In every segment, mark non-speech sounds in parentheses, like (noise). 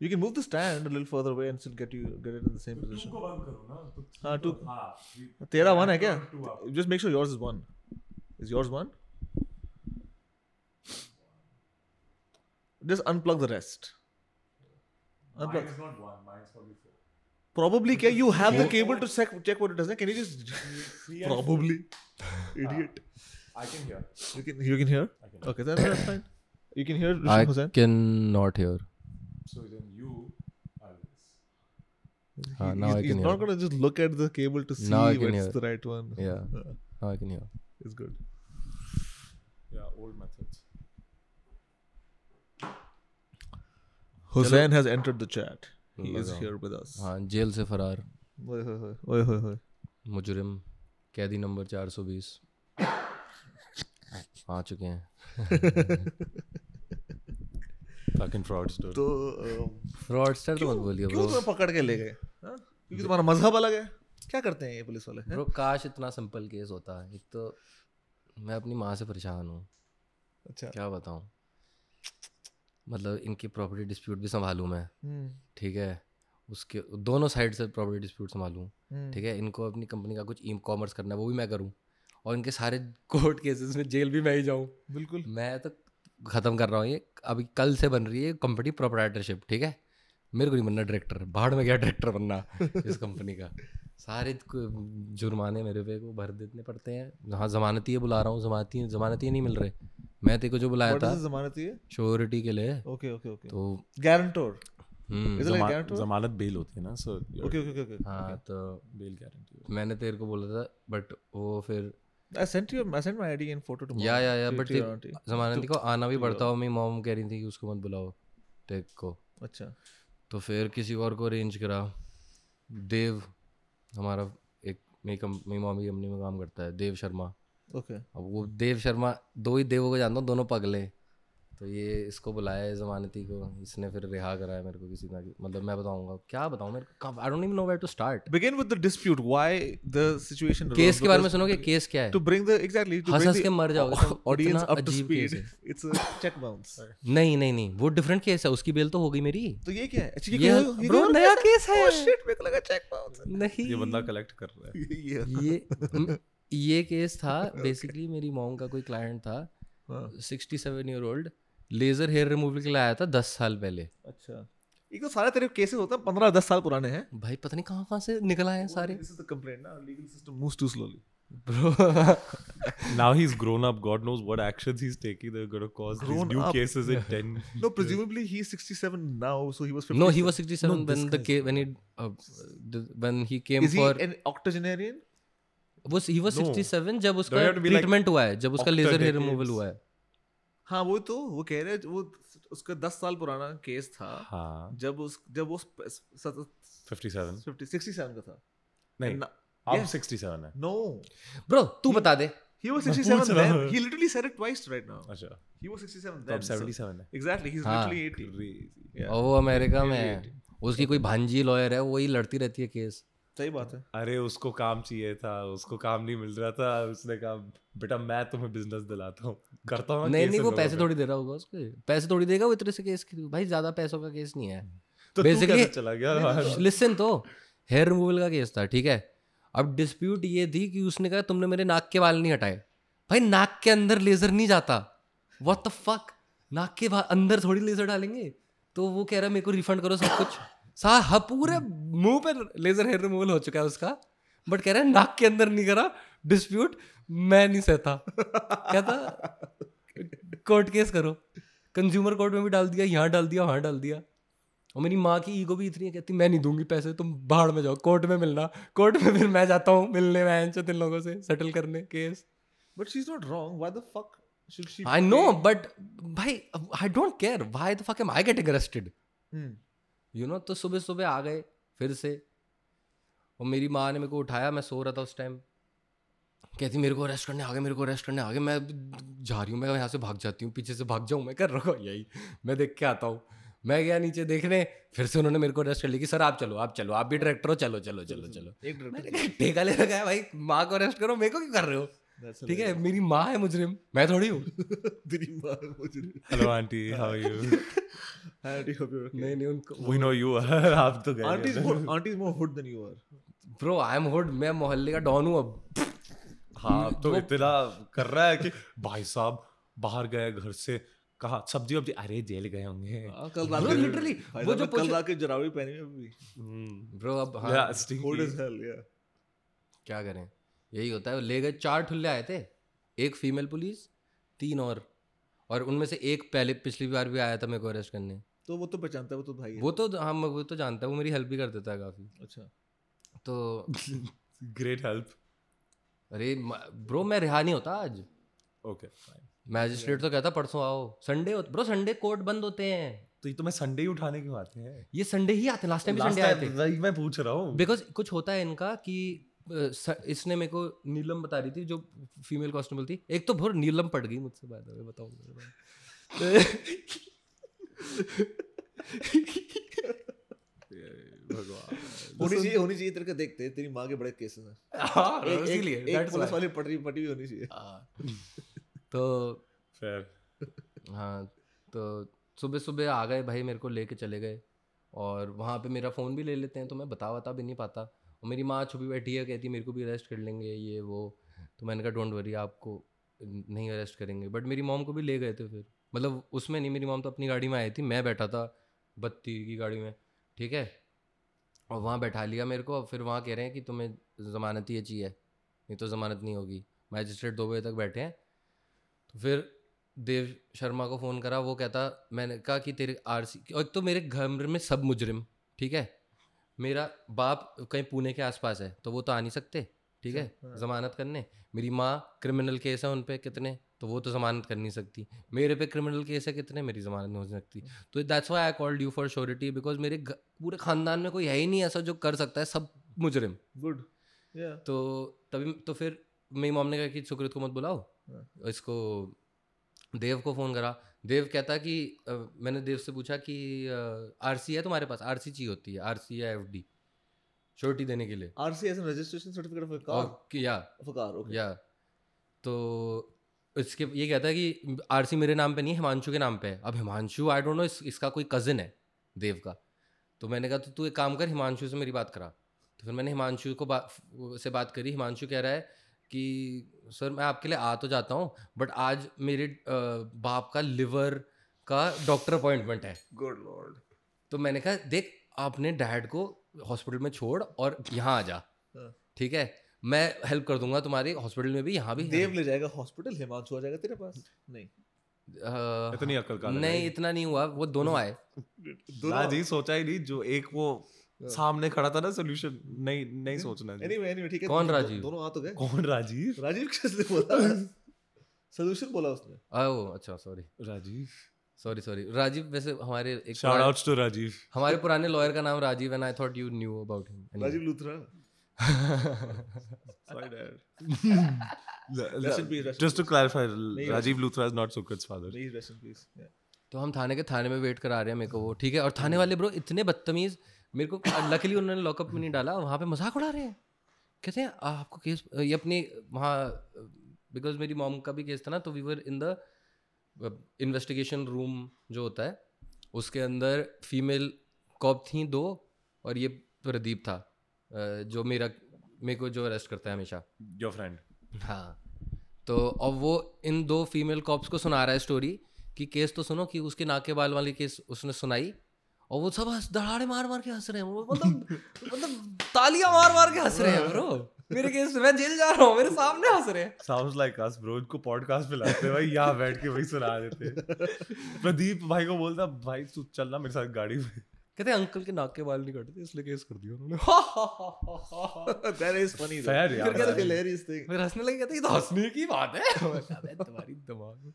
You can move the stand a little further away and still get you get it in the same तो two position. को बंद करो ना तो हाँ, तो- two- हाँ ये- तेरा one है क्या? two up. Just make sure yours is one. Is yours one? Just unplug the rest. Mine Unplug. is not one. Mine is probably four. Probably क्या you have the cable to check check what it does. na? Can you just Three and four. probably idiot? I can hear. You can you can hear. I can. Okay, then that's fine. You can hear I Hussain. can not hear. So then you are this. Uh, He- now he's, I he's can not hear. gonna just look at the cable to see Now I can what's hear. the right one. Yeah. Uh, Now I can hear. it's good. Yeah, old methods. Hussein has entered the chat. He Hello. is here with us. हाँ jail से फरार ओए होए होए, ओए होए होए। मुजरिम कैदी नंबर 420 आ चुके हैं Fucking fraudster. तो अम, फ्रॉडस्टर तो मत बोलिए क्यों ब्रो तुम्हें पकड़ के ले गए हाँ? क्योंकि तुम्हारा मजहब अलग है क्या करते हैं ये पुलिस वाले हैं? ब्रो काश इतना सिंपल केस होता एक तो मैं अपनी माँ से परेशान हूँ अच्छा क्या बताऊँ मतलब इनकी प्रॉपर्टी डिस्प्यूट भी संभालूँ मैं हम्म, ठीक है उसके दोनों साइड से प्रॉपर्टी डिस्प्यूट संभालूँ हम्म। ठीक है इनको अपनी कंपनी का कुछ ई कॉमर्स करना है वो भी मैं करूँ और इनके सारे (laughs) कोर्ट केसेस में जेल भी मैं ही जाऊँ बिल्कुल मैं तो ख़त्म कर रहा हूँ ये अभी कल से बन रही है कंपनी प्रोपराइटरशिप ठीक है मेरे को नहीं बनना डायरेक्टर बाहर में गया डायरेक्टर बनना (laughs) इस कंपनी का सारे को- जुर्माने मेरे पे को भर देने पड़ते हैं हाँ जमानती ये बुला रहा हूँ जमानती जमानती नहीं मिल रहे मैं तेरे को जो बुलाया What था is the जमानती है श्योरिटी के लिए ओके ओके ओके तो guarantor hmm, Is it like जमा, guarantor? जमानत बेल होती है ना सर ओके ओके ओके हाँ तो बेल गारंटी मैंने तेरे को बोला था बट वो फिर I sent you I sent my ID and photo tomorrow yeah yeah yeah to- but to your auntie. जमानती को आना भी पड़ता हो मेरी मॉम कह रही थी कि उसको मत बुलाओ टेक को अच्छा तो फिर किसी और को अरेंज करा देव हमारा एक मेरी कम मेरी मामी की कंपनी में काम करता है देव शर्मा ओके अब वो देव शर्मा दो ही देवों को जानता हूँ दोनों पगले तो ये इसको बुलाया है जमानती को इसने फिर रिहा कराया मेरे को किसी ना मतलब मैं बताऊंगा क्या बताऊँ मेरे को I don't even know where to start begin with the dispute why the situation case arose, के बारे में because सुनोगे केस क्या है to bring the exactly to हंस bring हंस the के मर जाओगे तुम, (laughs) audience इतना up to अजीब speed केस है it's a check (laughs) bounce नहीं नहीं नहीं वो डिफरेंट केस है उसकी बेल तो हो गई मेरी तो ये क्या है अच्छा ये ये क्या है? ये bro, क्या नया है? केस है oh shit मेरे को लगा check bounce नहीं ये बंदा कलेक्ट कर रहा है है (laughs) ये ये म- ये केस था बेसिकली मेरी मॉम का कोई क्लाइंट था हाँ, sixty seven year old laser hair removal के लिए आया था दस साल पहले अच्छा एक तो सारे तेरे केसेस होते हैं पंद्रह दस साल पुराने हैं भाई पता नहीं कहाँ कहाँ से निकल आए हैं सारे दिस इज द कंप्लेंट ना legal system moves too slowly bro (laughs) now he's grown up god knows what actions he's taking that are going to cause these Grown new up. cases (laughs) in 10 no presumably he is 67 now so he was 50 no he was 67 when the के when he when he came is he for an octogenarian वो he was 67 जब उसका have to be like treatment हुआ है जब उसका laser hair octodecades. Removal हुआ है हाँ वो तो वो कह रहे हैं वो उसका दस साल पुराना केस था हाँ जब उस जब वो sp- सत- 57 50 67 का था नहीं And- आप Yeah. 67 है no ब्रो तू बता दे he was मैं 67 पूछ रहा then हूँ। he literally said it twice right now अच्छा he was 67 तो then अब so- 77 है exactly he's हाँ। literally 80 Crazy. Yeah. और वो अमेरिका में है उसकी कोई भांजी लॉयर है वही लड़ती रहती है केस सही बात है अरे उसको काम चाहिए था उसको काम नहीं मिल रहा था उसने कहा बेटा मैं तुम्हें बिजनेस दिलाता हूँ करता हूँ ना नहीं case नहीं इन वो लोगों पैसे पे। थोड़ी दे रहा होगा उसके पैसे थोड़ी देगा वो इतने से केस के- भाई ज्यादा पैसों का केस नहीं है तो तू basically- कैसे चला गया बाहर? लिसन तो हेयर रिमूवल का केस था ठीक है अब डिस्प्यूट ये थी कि उसने कहा तुमने मेरे नाक के बाल नहीं हटाए भाई नाक के अंदर लेजर नहीं जाता व्हाट द फक नाक के बा- अंदर थोड़ी लेजर डालेंगे तो वो कह रहा है मेरे को रिफंड करो सब कुछ सा हाँ, पूरे मुंह पे लेजर हेयर रिमूवल हो चुका है उसका बट कह रहा है नाक के अंदर नहीं करा डिस्प्यूट मैं नहीं सहता कहता कोर्ट केस करो कंज्यूमर कोर्ट में भी डाल दिया यहाँ डाल दिया वहाँ डाल दिया और मेरी माँ की ईगो भी इतनी है कहती मैं नहीं दूंगी पैसे तुम बाहर में जाओ कोर्ट में मिलना कोर्ट में फिर मैं जाता हूँ मिलने मैं इन लोगों से सेटल करने case but she is not wrong why the fuck should she I know but भाई I don't care why the fuck am I getting arrested Hmm. You know तो सुबह सुबह आ गए फिर से और मेरी माँ ने मेरे को उठाया मैं सो रहा था उस टाइम कहती मेरे को अरेस्ट करने आ गए मेरे को अरेस्ट करने आ गए मैं जा रही हूँ मैं यहाँ से भाग जाती हूँ पीछे से भाग जाऊँ मैं कर रखो यही मैं देख के आता हूँ मैं गया नीचे देखने फिर से उन्होंने मेरे को अरेस्ट कर लिया कि सर आप चलो आप चलो आप भी डायरेक्टर हो चलो चलो चलो चलो Hmm. एक मैंने (laughs) कहा, ठेका ले रखा है भाई माँ को अरेस्ट करो मेरे को क्यों कर रहे हो (laughs) ठीक है मेरी माँ है मुजरिम मैं थोड़ी हूँ (laughs) तेरी माँ मुझे हाँ, hello auntie how are you auntie hope you're okay. नहीं नहीं उनको वी नो यू आर (laughs) आप तो गए Auntie's more auntie's more hood than you हाँ, are. Bro I am hood मैं मोहल्ले का डॉन हूँ अब हाँ अब तो इतना कर रहा है कि भाई साहब बाहर गए घर से कहा सब्जी वब्जी अरे जेल गए होंगे हाँ, कल Bro, रात के literally, भाई वो साहब, मैं कल जो position- रात के जरावी पहनी है अभी ब्रो अब हाँ Yeah, stinky. hood as hell yeah क्या करें यही होता है ले गए चार ठुल्ले आए थे एक फीमेल पुलिस तीन और और उनमें से एक पहले पिछली बार भी आया था मेरे को अरेस्ट करने तो वो तो पहचानता है वो तो भाई (laughs) है वो तो हम वो तो जानता है वो मेरी हेल्प भी कर देता है काफ़ी अच्छा तो ग्रेट हेल्प अरे ब्रो मैं रिहा नहीं होता आज ओके तो मैजिस्ट्रेट तो कहता परसों आओ संडे ब्रो संडे कोर्ट बंद होते हैं ये तो मैं संडे ही उठाने क्यों आते हैं ये संडे ही आते लास्ट टाइम भी Last संडे आए time थे वही मैं पूछ रहा हूँ बिकॉज कुछ होता है इनका कि अ, स- इसने मेरे को नीलम बता रही थी जो फीमेल कॉन्स्टेबल थी एक तो भोर नीलम पड़ गई मुझसे बाय द वे (laughs) होनी चाहिए होनी चाहिए तेरे को देखते तेरी माँ के बड़े केसेस हाँ, हैं (laughs) एक- एक- एक पुलिस बताऊंगा वाली पटरी पटी भी होनी चाहिए हाँ। तो फिर हाँ तो सुबह सुबह आ गए भाई मेरे को लेके चले गए और वहाँ पे मेरा फ़ोन भी ले लेते हैं तो मैं बता बता भी नहीं पाता और मेरी माँ छुपी बैठी है कहती मेरे को भी अरेस्ट कर लेंगे ये वो तो मैंने कहा डोंट वरी आपको नहीं अरेस्ट करेंगे बट मेरी मॉम को भी ले गए थे फिर मतलब उसमें नहीं मेरी मॉम तो अपनी गाड़ी में आई थी मैं बैठा था बत्ती की गाड़ी में ठीक है और वहाँ बैठा लिया मेरे को और फिर वहाँ कह रहे हैं कि तुम्हें ज़मानत ही चाहिए नहीं तो ज़मानत नहीं होगी मैजिस्ट्रेट दो बजे तक बैठे हैं तो फिर देव शर्मा को फ़ोन करा वो कहता मैंने कहा कि तेरे आर सी और एक तो मेरे घर में सब मुजरिम ठीक है मेरा बाप कहीं पुणे के आसपास है तो वो तो आ नहीं सकते ठीक है हाँ। ज़मानत करने मेरी माँ क्रिमिनल केस है उन पे कितने तो वो तो ज़मानत कर नहीं सकती मेरे पे क्रिमिनल केस है कितने मेरी ज़मानत नहीं हो सकती तो that's why I called you for surety because मेरे घ- पूरे ख़ानदान में कोई है ही नहीं ऐसा जो कर सकता है सब मुजरिम गुड या तो तभी तो फिर मेरी मॉम ने कहा कि सुकृत को मत बुलाओ हाँ। इसको देव को फ़ोन करा देव कहता कि अ, मैंने देव से पूछा कि आरसी है तुम्हारे पास आरसी चाहिए होती है आरसी या एफडी श्योरिटी देने के लिए RC as an registration certificate of a और कार कि- या ऑफ अ कार ओके या तो इसके ये कहता है कि आरसी मेरे नाम पे नहीं है हिमांशु के नाम पे है अब हिमांशु आई डोंट नो इस, इसका कोई कज़न है देव का तो मैंने कहा तो तू एक काम कर हिमांशु से मेरी बात करा तो फिर मैंने हिमांशु को बा, से बात करी हिमांशु कह रहा है कि सर मैं आपके लिए आ तो जाता हूँ बट आज मेरे अ, बाप का लिवर का डॉक्टर अपॉइंटमेंट है गुड लॉर्ड तो मैंने कहा देख आपने डैड को हॉस्पिटल में छोड़ और यहाँ आ जा हाँ। ठीक है मैं हेल्प कर दूंगा तुम्हारी हॉस्पिटल में भी यहाँ भी देव ले जाएगा हॉस्पिटल हिमांशु आ जाएगा तेरे पास हम्म। नहीं अ, इतनी अक्ल का नहीं इतना नहीं हुआ वो (laughs) दोनों आए ना जी सोचा ही नहीं जो एक वो हाँ। सामने खड़ा था ना सोल्यूशन नहीं नहीं सोचना जी एनीवे एनीवे ठीक है कौन दो- राजीव? दोनों आ तो गए कौन राजीव राजीव किसने बोला सोल्यूशन बोला उसने ओ अच्छा sorry Rajiv sorry sorry Rajiv वैसे हमारे एक शाउट पुराने- आउट्स टू राजीव हमारे पुराने लॉयर का नाम Rajiv and I thought you knew about him Rajiv (laughs) Luthra sorry dad Rest in peace, rest in Just to clarify, नहीं, Rajiv Luthra is not Sukrit's father. Please rest in peace तो हम थाने के थाने में वेट करा रहे हैं मेरे को वो ठीक है और थाने वाले ब्रो इतने बदतमीज मेरे को लकली उन्होंने लॉकअप में नहीं डाला वहाँ पे मजाक उड़ा रहे हैं कहते हैं "आ, आपको केस ये अपने वहाँ बिकॉज मेरी मॉम का भी केस था ना तो we were in the investigation room uh, जो होता है उसके अंदर फीमेल कॉप थी दो और ये प्रदीप था अ, जो मेरा मेरे को जो अरेस्ट करता है हमेशा Your friend. हाँ तो अब वो इन दो फीमेल कॉप्स को सुना रहा है स्टोरी कि केस तो सुनो कि उसके नाके बाल वाली केस उसने सुनाई और वो सब हंस दहाड़े मार मार के हंस रहे हैं वो मतलब मतलब तालियां मार मार के हंस रहे हैं ब्रो मेरे केस में मैं जेल जा रहा हूँ मेरे सामने हंस रहे हैं Sounds like us, bro. इनको podcast पे लाते हैं भाई यहाँ बैठ के वही सुना देते (laughs) हैं। प्रदीप भाई को बोलता भाई तू चलना मेरे साथ गाड़ी में कहते हैं अंकल के नाक के बाल नहीं कटते इसलिए केस कर दिया Oh. (laughs) उन्होंने that is funny Fair, yeah, cricket man. Hilarious thing फिर हंसने लगे कहते ये तो हंसने की बात है (laughs) मैं कहा, (laughs) "अबे तुम्हारी दिमाग में।"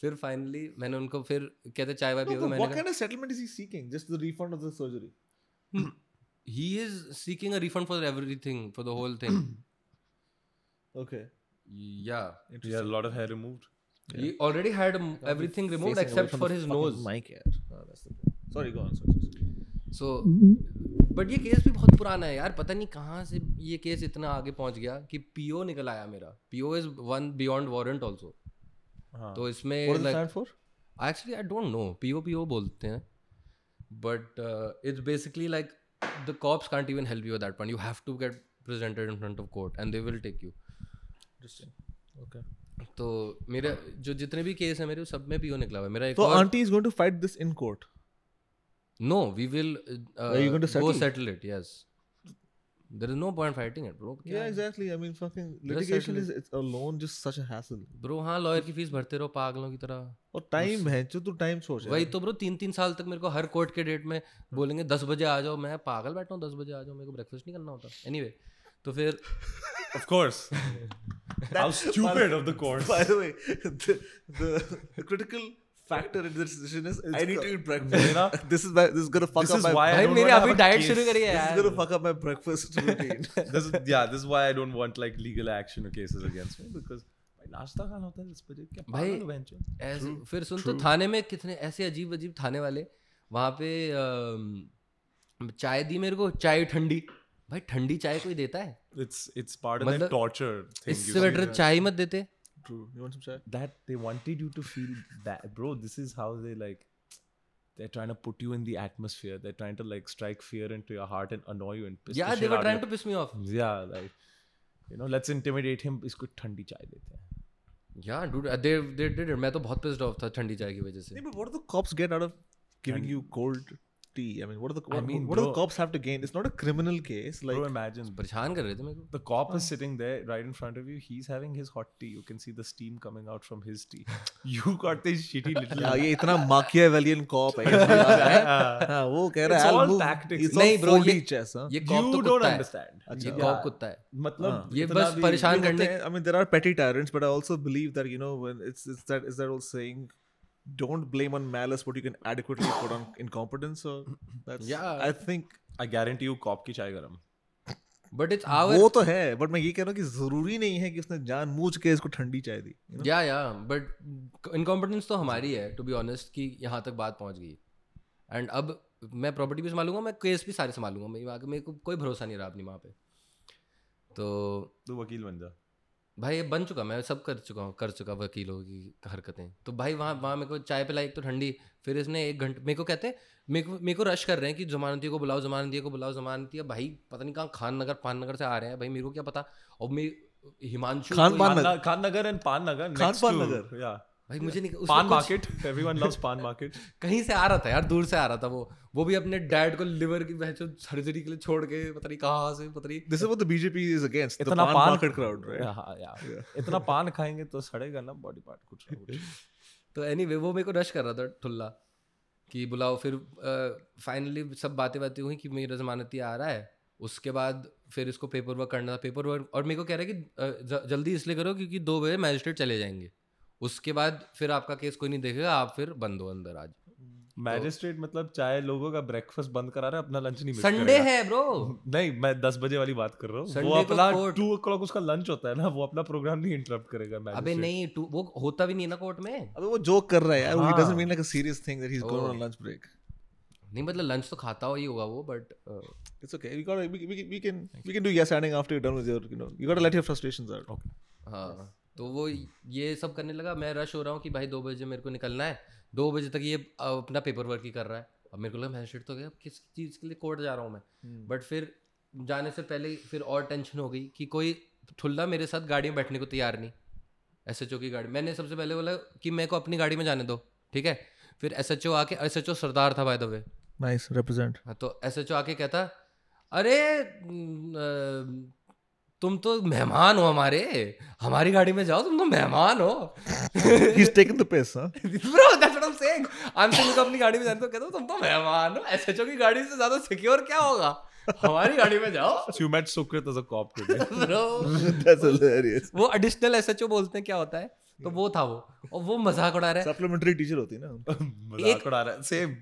फिर फाइनली मैंने उनको फिर कहते चाय तो वाय पियोगे मैंने What kind of settlement is he seeking? Just the refund of the surgery. he is seeking a refund for everything for the whole thing Okay. yeah Yeah, a lot of hair removed. he already had um, everything removed except for his nose Mic air. Oh, that's the point. Sorry, go on. Sorry, sorry, sorry. so but ये case भी बहुत पुराना है यार पता नहीं कहाँ से ये केस इतना आगे पहुंच गया कि पीओ निकल आया मेरा PO is one beyond warrant also हाँ। तो इसमें What does it like stand for? Actually I don't know PO PO बोलते हैं but uh, it's basically like the cops can't even help you at that point you have to get presented in front of court and they will take you Okay. तो मेरे हाँ। जो जितने भी case है मेरे वो सब में पीओ निकला हुआ है मेरा एक So और auntie is going to fight this in court. No we will Are you going to go settle? Settle it yes there is no point fighting it bro Yeah, exactly. I mean, fucking Let's litigation settle is it's alone just such a hassle. Bro हाँ lawyer की fees भरते रहो पागलों की तरह और time है जो तू time सोच वही यार। तो ब्रो तीन तीन साल तक मेरे को हर कोर्ट के डेट में बोलेंगे दस बजे आ जाओ मैं पागल बैठा हूँ दस बजे आ जाओ मेरे को ब्रेकफास्ट नहीं करना होता एनी तो फिर Of course. (laughs) How stupid of the course. By the way, the, the, the critical factor in this decision is I need to eat breakfast. मेरा- (laughs) this is my, this is gonna fuck This up is my why I भाई don't मेरे wanna अभी have a diet case. शुरू करी है this is यार gonna fuck up my breakfast (laughs) routine. this is yeah. This is why I don't want like legal action or cases against me because भाई नाश्ता खाना होता है इस बजे क्या भाई, पागल हो बहन चो ऐसे फिर सुन तो थाने में कितने ऐसे अजीब अजीब थाने वाले वहाँ पे um, अम, चाय दी मेरे को चाय ठंडी भाई ठंडी चाय कोई देता है it's it's part of that मतलब- torture thing you इससे see बेटर that- चाय ही मत देते True. You want some chai? that they wanted you to feel that bro this is how they like they're trying to put you in the atmosphere they're trying to like strike fear into your heart and annoy you and piss यार the they shit were out of trying you. To piss me off yeah like you know let's intimidate him इसको ठंडी चाय देते हैं यार uh, dude they they did मैं तो बहुत पिस्ड ऑफ था ठंडी चाय की वजह से Yeah, but what do the cops get out of giving Can- you cold tea? I mean, what do the I what, mean, what do the bro- cops have to gain? It's not a criminal case. Like, bro imagine परेशान कर रहे थे मेरे को the cop is sitting there right in front of you he's having his hot tea you can see the steam coming out from his tea (laughs) you got this shitty little (laughs) yeah, ये इतना माकियावेलियन corp (laughs) है इसके बाद, हैं? हाँ, वो कह रहा है It's all I'll move- tactics. it's all नहीं ब्रो 4D ये chess, हाँ? ये कॉप you तो don't कुत्ता है understand ये अच्छा, कॉप कुत्ता है हाँ, मतलब ये इतना बस भी- परेशान ये होते करने हैं, I mean, there are petty tyrants, but I also believe that you know when it's it's that is that old saying, don't blame on malice what you can adequately put on incompetence. So that's Yeah. I think I guarantee you cop की चाय गरम but it's वो our तो है, but मैं ये कह रहा हूँ कि जरूरी नहीं है कि उसने जानबूझ के इसको ठंडी चाय दी. you know? Yeah yeah but incompetence तो हमारी है टू बी ऑनेस्ट कि यहाँ तक बात पहुँच गई एंड अब मैं प्रॉपर्टी भी संभालूंगा मैं केस भी सारे संभालूंगा मेरी वहाँ के- मेरे को कोई भरोसा नहीं रहा अपनी माँ पे तो तू वकील बन जा भाई ये बन चुका मैं सब कर चुका हूँ कर चुका वकीलों की हरकतें तो भाई वहाँ वहाँ मेरे को चाय पिलाई एक तो ठंडी फिर इसने एक घंटे मेरे को कहते हैं मेरे को मेरे को रश कर रहे हैं कि जमानती को बुलाओ जमानती को बुलाओ जमानती भाई पता नहीं कहाँ खान नगर पान नगर से आ रहे हैं भाई मेरे को क्या पता और मैं हिमांशु खान को- Pan- Khan Khan Nagar and Pan Nagar Khan next Pan to- Nagar. yeah भाई मुझे नहीं उसमें पान कुछ- market everyone loves पान market कहीं से आ रहा था यार दूर से आ रहा था वो वो भी अपने डैड को लिवर की बहचो सर्जरी के लिए छोड़ के पता नहीं कहाँ से पता नहीं This is what the BJP is against. The इतना pan पान- market crowd, right? हाँ यार इतना पान खाएंगे तो सड़ेगा ना बॉडी पार्ट कुछ ना कुछ तो एनी anyway, वो मेरे को रश कर रहा था ठुल्ला कि बुलाओ फिर फाइनली सब बातें बातें हुई कि मेरा जमानती आ रहा है उसके बाद फिर इसको पेपर वर्क करना था पेपर वर्क और मेरे को कह रहा है कि अ, ज- जल्दी इसलिए करो क्योंकि दो बजे मैजिस्ट्रेट चले जाएंगे उसके बाद फिर आपका केस कोई नहीं देखेगा आप फिर बंद हो अंदर आज मैजिस्ट्रेट मतलब चाहे लोगों का ब्रेकफास्ट बंद करा रहा है अपना लंच नहीं मिस संडे करेगा। है ब्रो नहीं मैं दस बजे वाली बात कर रहा हूँ Sunday वो को अपना court- टू ओ उसका लंच होता है ना वो अपना प्रोग्राम नहीं इंटरप्ट करेगा अबे मैजिस्ट्रेट नहीं टू वो होता भी नहीं ना कोर्ट में अबे वो जोक कर रहा है यार. He doesn't हाँ। mean like a serious thing that he's going Oh. on lunch break. नहीं मतलब लंच तो खाता हो ही होगा वो but It's okay. We got. We, we, we can. We can do yes standing after you're done with your. You know. You got to let your frustrations out. हाँ तो वो ये सब करने लगा मैं रश हो रहा हूँ कि भाई दो बजे मेरे को निकलना है दो बजे तक ये अ, अपना पेपर वर्क ही कर रहा है अब मेरे को लगा मैजिस्ट्रेट तो गया अब किस चीज़ के लिए कोर्ट जा रहा हूँ मैं बट फिर जाने से पहले फिर और टेंशन हो गई कि कोई ठुल्ला मेरे साथ गाड़ी में बैठने को तैयार नहीं एस एच ओ की गाड़ी मैंने सबसे पहले बोला कि मेरे को अपनी गाड़ी में जाने दो ठीक है फिर एस एच ओ आके एस एच ओ सरदार था by the way Nice represent. हाँ तो एस एच ओ आके कहता अरे न, अ, तुम तो मेहमान हो हमारे हमारी गाड़ी में जाओ तुम तो मेहमान हो (laughs) He's taken the piss, huh? Bro that's what I am saying I am saying अपनी गाड़ी में जाने तो कहता हूँ, तुम तो मेहमान हो एसएचओ की गाड़ी से ज्यादा सिक्योर क्या होगा हमारी गाड़ी में जाओ (laughs) You met Sukrit as a cop today. Bro (laughs) (laughs) That's hilarious. वो एडिशनल एसएचओ बोलते हैं क्या होता है तो वो था वो और वो मजाक उड़ा रहा है Supplementary teacher होती है ना उनकी. (laughs) मजाक उड़ा रहा है same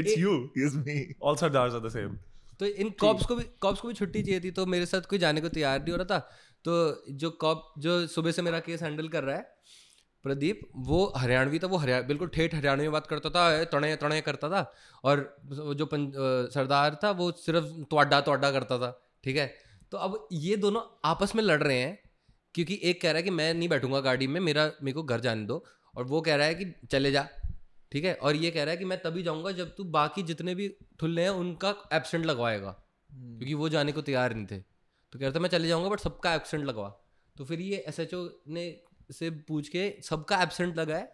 it's you Yes, me. All sardars are the same तो इन कॉप्स को भी कॉप्स को भी छुट्टी चाहिए थी तो मेरे साथ कोई जाने को तैयार नहीं हो रहा था तो जो कॉप जो सुबह से मेरा केस हैंडल कर रहा है प्रदीप वो हरियाणवी था वो हरिया बिल्कुल ठेठ हरियाणवी में बात करता था "ए, तणे तणे करता था और वो जो पं, अ, सरदार था वो सिर्फ तोड्डा तोड्डा करता था ठीक है तो अब ये दोनों आपस में लड़ रहे हैं क्योंकि एक कह रहा है कि मैं नहीं बैठूंगा गाड़ी में मेरा मेरे को घर जाने दो और वो कह रहा है कि चले जा ठीक है और ये कह रहा है कि मैं तभी जाऊंगा जब तू बाकी जितने भी ठुल्ले हैं तो उनका एबसेंट लगवाएगा Hmm. क्योंकि वो जाने को तैयार नहीं थे तो कह रहा था मैं चले जाऊंगा बट सबका एबसेंट लगवा तो फिर ये एस ने से पूछ के सबका एबसेंट लगाए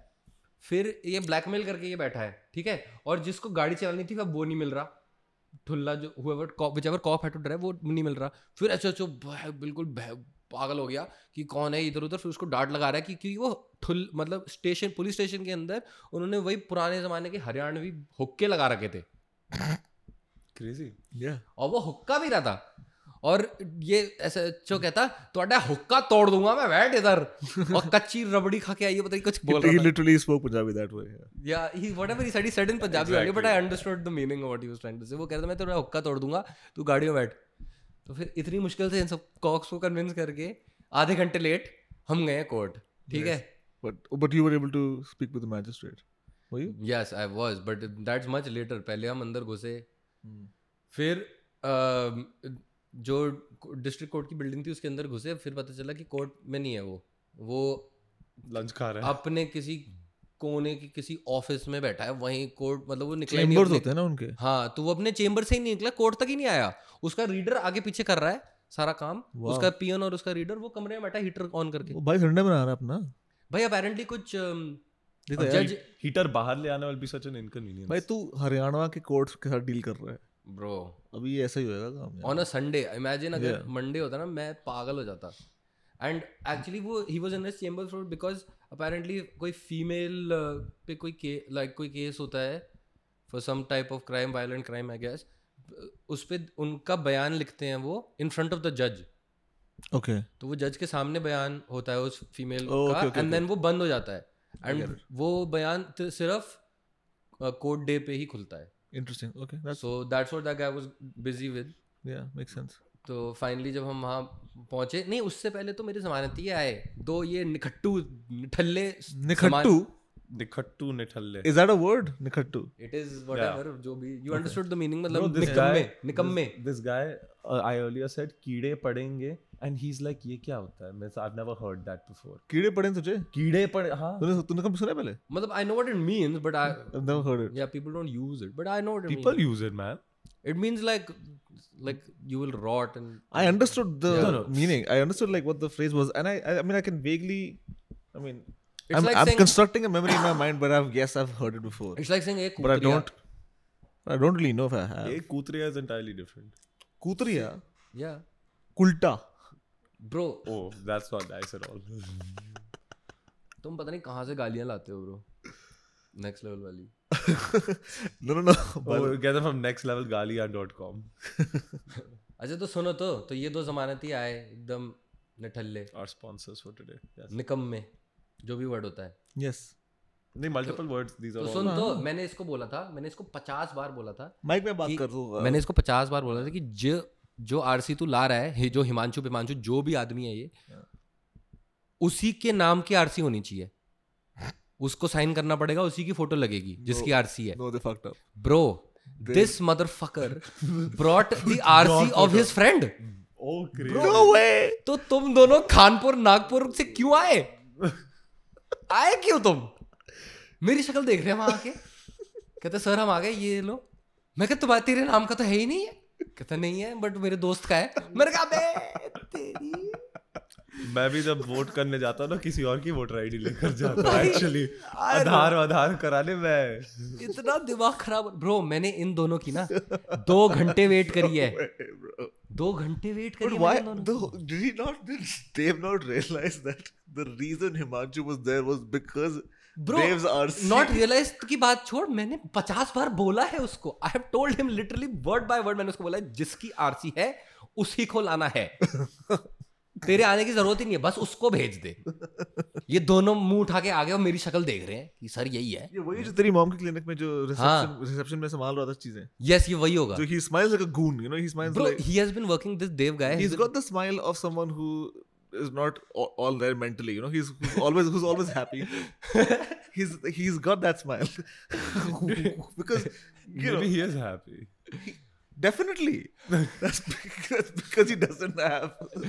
फिर ये ब्लैकमेल करके ये बैठा है ठीक है और जिसको गाड़ी चलानी थी अब वो नहीं मिल रहा ठुल्ला जो whoever cop whichever cop है टू ड्राइव वो नहीं मिल रहा फिर एस एच बिल्कुल भय- पागल हो गया कि कौन है इधर उधर फिर उसको डांट लगा रहा है कि क्योंकि वो ठुल मतलब स्टेशन पुलिस स्टेशन के अंदर उन्होंने वही पुराने ज़माने के हरियाणवी हुक्के लगा रखे थे क्रेजी yeah. और वो हुक्का भी रहा था और ये ऐसे चो कहता तोड़ा हुक्का तोड़ दूंगा मैं बैठ इधर और कच्ची रबड़ी खा के आई है पता नहीं कुछ बोल he रहा था literally spoke Punjabi that way. Yeah. Yeah he whatever he said in Punjabi only but I understood the meaning of what he was trying to say वो कह रहा था मैं तेरा हुक्का तोड़ दूंगा तू गाड़ी में बैठ तो फिर इतनी मुश्किल से इन सब कॉक्स को कन्विंस करके आधे घंटे लेट हम गए कोर्ट ठीक है But but you were able to speak with the magistrate. Were you? Yes I was but that's much later पहले हम अंदर घुसे Hmm. फिर अम, जो डिस्ट्रिक्ट कोर्ट की बिल्डिंग थी उसके अंदर घुसे फिर पता चला कि कोर्ट में नहीं है वो वो लंच खा रहा है अपने किसी कोने की किसी ऑफिस में बैठा है वहीं कोर्ट मतलब वो निकला ही नहीं Chambers अपने- होते हैं ना उनके हाँ तो वो अपने चेम्बर से ही नहीं निकला कोर्ट तक ही नहीं आया उसका रीडर आगे पीछे कर रहा है सारा काम वाह। उसका पियन और उसका रीडर वो कमरे में बैठा हीटर ऑन करके वो भाई ठंडा बना रहा अपना भाई अपेरेंटली कुछ जज देखो यार, जज हीटर बाहर ले आना will be such an inconvenience भाई तू हरियाणा के कोर्ट्स के साथ डील कर रहा है ब्रो अभी ऐसा ही होएगा काम यार। ऑन अ संडे इमेजिन अगर Yeah. मंडे होता ना मैं पागल हो जाता एंड एक्चुअली वो he was in chamber for because apparently कोई फीमेल पे कोई के लाइक कोई केस होता है for some type of crime violent crime I guess उस पे उनका बयान लिखते हैं वो इन फ्रंट ऑफ द जज Okay. तो वो जज के सामने बयान होता है उस फीमेल Oh, का okay, okay, and okay. Then वो बंद हो जाता है get एंड वो बयान त- सिर्फ कोर्ट डे पे ही खुलता है Interesting. Okay. That's so that's what that guy was busy with yeah, makes sense. तो फाइनली जब हम वहाँ पहुंचे नहीं उससे पहले तो मेरे जमानती आए दो ये निखट्टू निठल्ले Nikhattu. निखट्टू निठल्ले Is that a word? Nikhattu. It is whatever जो भी you understood the meaning Bro, मतलब this guy, निकम्मे निकम्मे this- This guy, uh, I earlier said कीड़े पड़ेंगे, and he's like ये क्या होता है? मैं I've never heard that before. कीड़े पड़े हैं तुझे? कीड़े पड़े हाँ तूने तूने कब सुना है पहले? मतलब I know what it means but I I've never heard it. Yeah people don't use it but I know what people use it man. It means like like you will rot and I understood the No, no. meaning. I understood like what the phrase was, and I, I, I mean, I can vaguely, I mean, It's I'm, like I'm saying- constructing a memory in my mind, but I've yes, I've heard it before, it's like saying a but I कुतरिया don't, I don't really know if I have. ये कूतरिया is entirely different. Kutriya, या kulta. (laughs) Bro Oh, that's not nice (laughs) at all. तुम पता नहीं कहाँ से गालियां लाते हो ब्रो नेक्स्ट लेवल वाली No, no, no. oh, But, get them from nextlevelgalia.com. अच्छा तो सुनो तो तो ये दो जमानती आए एकदम नठल्ले Our sponsors for today. Yes. निकम्मे जो भी वर्ड होता है yes. नहीं multiple words. These are all. तो सुन तो मैंने इसको बोला था मैंने इसको पचास बार बोला था Mike में बात कि- कर दो. मैंने इसको पचास बार बोला था कि ज जो आरसी तू ला रहा है हे- जो हिमांशु पिमांशु जो भी आदमी है ये उसी के नाम की आरसी होनी चाहिए उसको साइन करना पड़ेगा उसी की फोटो लगेगी जिसकी आरसी है No, they fucked up. Bro this (laughs) motherfucker brought the RC of his friend Oh, crazy. No way. तो तुम दोनों खानपुर नागपुर से क्यों आए आए क्यों तुम मेरी शक्ल देख रहे हैं वहां आके कहते सर हम आ गए ये लो मैं कहता तुम्हारे तेरे नाम का तो है ही नहीं है कहता नहीं है बट मेरे दोस्त का है मैंने कहा "बे, तेरी मैं भी जब वोट करने जाता हूँ ना किसी और की वोटर आईडी लेकर जाता हूँ एक्चुअली आधार आधार कराने मैं इतना दिमाग खराब ब्रो मैंने इन दोनों की ना दो घंटे वेट करी (laughs) है Hey, bro. दो घंटे वेट But करी है why? मैंने इन दोनों The, did he not? Did Dev not realize that the reason Himanshu was there was because Bro, Dev's RC? (laughs) Not realise की बात छोड़ मैंने पचास बार बोला है उसको I have told him literally word by word मैंने उसको बोला है, जिसकी आरसी है उसी को लाना है तेरे आने की जरूरत ही नहीं है बस उसको भेज दे ये दोनों मुंह उठा के आ गए और मेरी शक्ल देख रहे हैं कि सर यही है ये वही जो तेरी मॉम की क्लिनिक में जो रिसेप्शन हाँ। रिसेप्शन में संभाल रहा था चीजें यस ये वही होगा जो he smiles like a goon you know he smiles bro like he has been working this Dev guy he's got the smile of someone who is not all, all there mentally you know he's who's always who's always happy (laughs) he's he's got that smile because you know Maybe he is happy. Definitely. That's because, that's because he doesn't have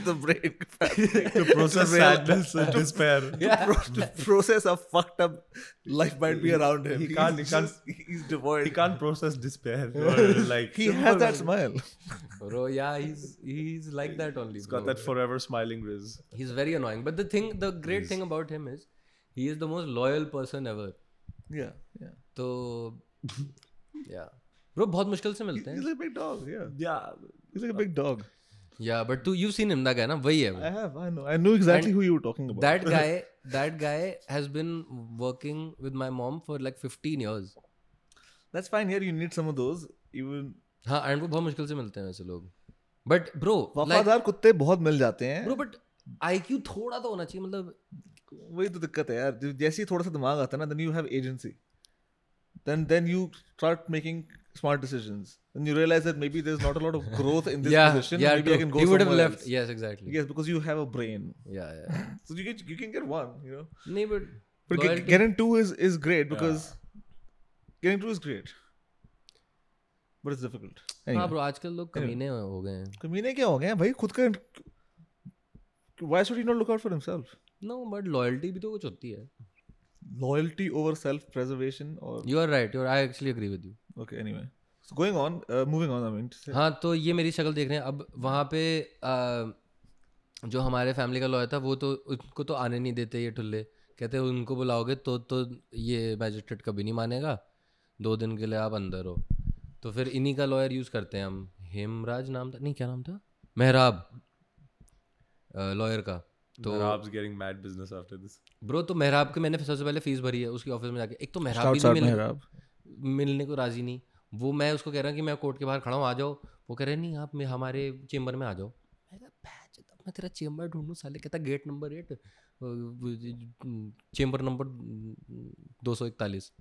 the brain capacity (laughs) to process real- sadness and despair. to pro- to process a fucked up life might be around him. He can't- he He's, can't- just- he's devoid. He can't process despair. (laughs) or, like He has that smile. Bro, yeah, he's he's like that only. he's got bro. that forever smiling grin. He's very annoying. But the thing, the great thing about him is, he is the most loyal person ever. Yeah, yeah. तो yeah bro बहुत मुश्किल से मिलते He's हैं like a big dog. Yeah, Yeah, he's like a big dog. yeah but तू you've seen him that guy ना वही है I वो have. I know. I knew exactly who you were talking about. that guy that guy has been working with my mom for like 15 years That's fine. Here you need some of those. Even हाँ and वो बहुत मुश्किल से मिलते हैं वैसे लोग but bro like वफादार कुत्ते बहुत मिल जाते हैं bro but IQ थोड़ा तो होना चाहिए मतलब वही तो दिक्कत है यार जैसे ही थोड़ा सा दिमाग आता है ना then you have agency then then you start making smart decisions and you realize that maybe there's not a lot of growth in this yeah position yeah maybe true. i can go he would have somewhere left else. yes exactly yes because you have a brain yeah yeah so you can you can get one you know नहीं but but loyalty- get, getting two is is great because getting two is great but it's difficult हाँ anyway. bro आजकल लोग कमीने हो गए हैं कमीने क्या हो गए हैं भाई खुद का why should he not look out for himself no but loyalty भी तो कुछ होती है loyalty over self preservation or you are right you are I actually agree with you okay anyway so going on uh, moving on i mean to say- हाँ तो ये मेरी शक्ल देख रहे हैं अब वहाँ पे आ, जो हमारे फैमिली का लॉयर था वो तो उनको तो आने नहीं देते ये ठुल्ले कहते उनको बुलाओगे तो तो ये मैजिस्ट्रेट कभी नहीं मानेगा दो दिन के लिए आप अंदर हो तो फिर इन्हीं का लॉयर यूज़ करते हैं हम हेमराज नाम था नहीं क्या नाम था मेहराब लॉयर का तो Rob's getting mad business after this. Bro तो मेहराब के मैंने सबसे पहले फीस भरी है उसकी ऑफिस में जाके एक तो मेहराब भी नहीं मिल मिलने को राजी नहीं वो मैं उसको कह रहा हूँ कि मैं कोर्ट के बाहर खड़ा हूँ आ जाओ वो कह रहे नहीं आप मे- हमारे चेम्बर में आ जाओ मैं कहा, "भैंस, अब मैं तेरा चेम्बर ढूंढूं साले कहता gate number eight chamber number दो सौ इकतालीस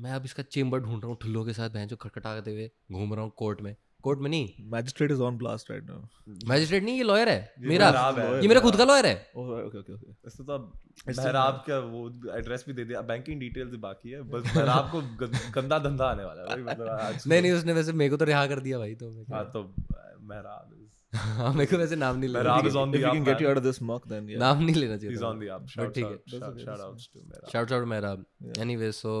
मैं अब इसका चेम्बर ढूंढ रहा हूँ ठुल्लों के साथ भैंस खटखटाते हुए घूम रहा हूँ कोर्ट में कोर्ट में नहीं magistrate is on blast right now magistrate नहीं ये लॉयर है ये मेरा मेहराब है। ये मेरा खुद का लॉयर है oh right, okay okay okay इससे तो अब बहराब का वो एड्रेस भी दे दिया बैंकिंग डिटेल्स बाकी है बस बहराब को ग- गंदा धंधा आने वाला है भाई मतलब आज नहीं नहीं उसने वैसे मेरे को तो रिहा कर दिया भाई तो मैं हाँ क्या- तो बहराब इज हाँ मेरे को वैसे नाम नहीं लेना मेहराब is चाहिए। on if the you up can get you man. out of this muck then yeah नाम नहीं लेना चाहिए इज था। ऑन द अप तो- but शाउट ठीक है out shout outs to Mehrab Shout out Mehrab. Anyway, so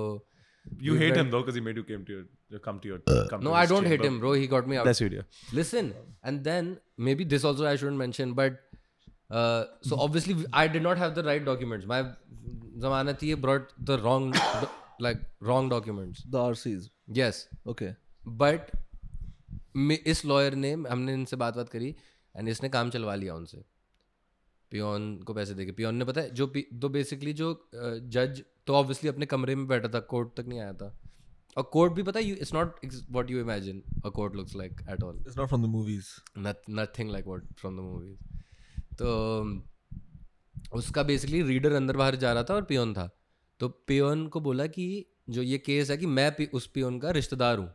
You We hate went- him though, because he made you came to your come to your. Come no, to I his don't hate chamber. him, bro. He got me out. Bless you, dear. Listen, and then maybe this also I shouldn't mention, but uh, so obviously I did not have the right documents. My Zamanati brought the wrong, (coughs) do- like wrong documents. the rcs Yes, okay but इस lawyer ने हमने इनसे बात बात करी and इसने काम चलवा लिया उनसे पियोन को पैसे देके पियोन ने पता है जो पी- तो बेसिकली जो जज तो ऑब्वियसली अपने कमरे में बैठा था कोर्ट तक नहीं आया था और कोर्ट भी पता है you it's not what you imagine a court looks like at all it's not from the movies nothing like what from the movies तो उसका बेसिकली रीडर अंदर बाहर जा रहा था और पियोन था तो पियोन को बोला कि जो ये केस है कि मैं पि- उस पियोन का रिश्तेदार हूँ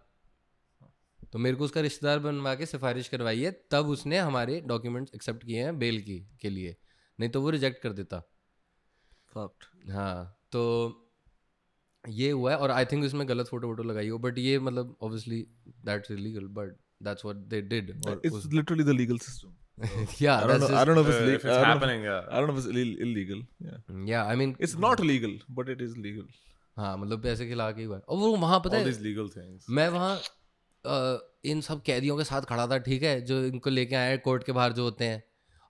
तो मेरे को उसका रिश्तेदार बनवा के सिफारिश करवाई है तब उसने हमारे डॉक्यूमेंट्स एक्सेप्ट किए हैं बेल की के लिए नहीं तो वो रिजेक्ट कर देता fucked हाँ तो ये हुआ है और आई थिंक इसमें गलत फोटो वोटो लगाई हो बट ये मतलब obviously that's illegal but that's what they did और it's उस (laughs) literally the legal system yeah i that's don't know i just- don't know if Ah, it's, Uh, le- if it's I don't know- happening, yeah. i don't know if it's Ill- illegal yeah Mm, yeah i mean it's not illegal but it is legal हाँ मतलब पैसे खिला के ही हुआ है। और वो वहाँ पता All है these legal things. मैं वहाँ अ, इन सब कैदियों के साथ खड़ा था ठीक है जो इनको लेके आए कोर्ट के बाहर जो होते हैं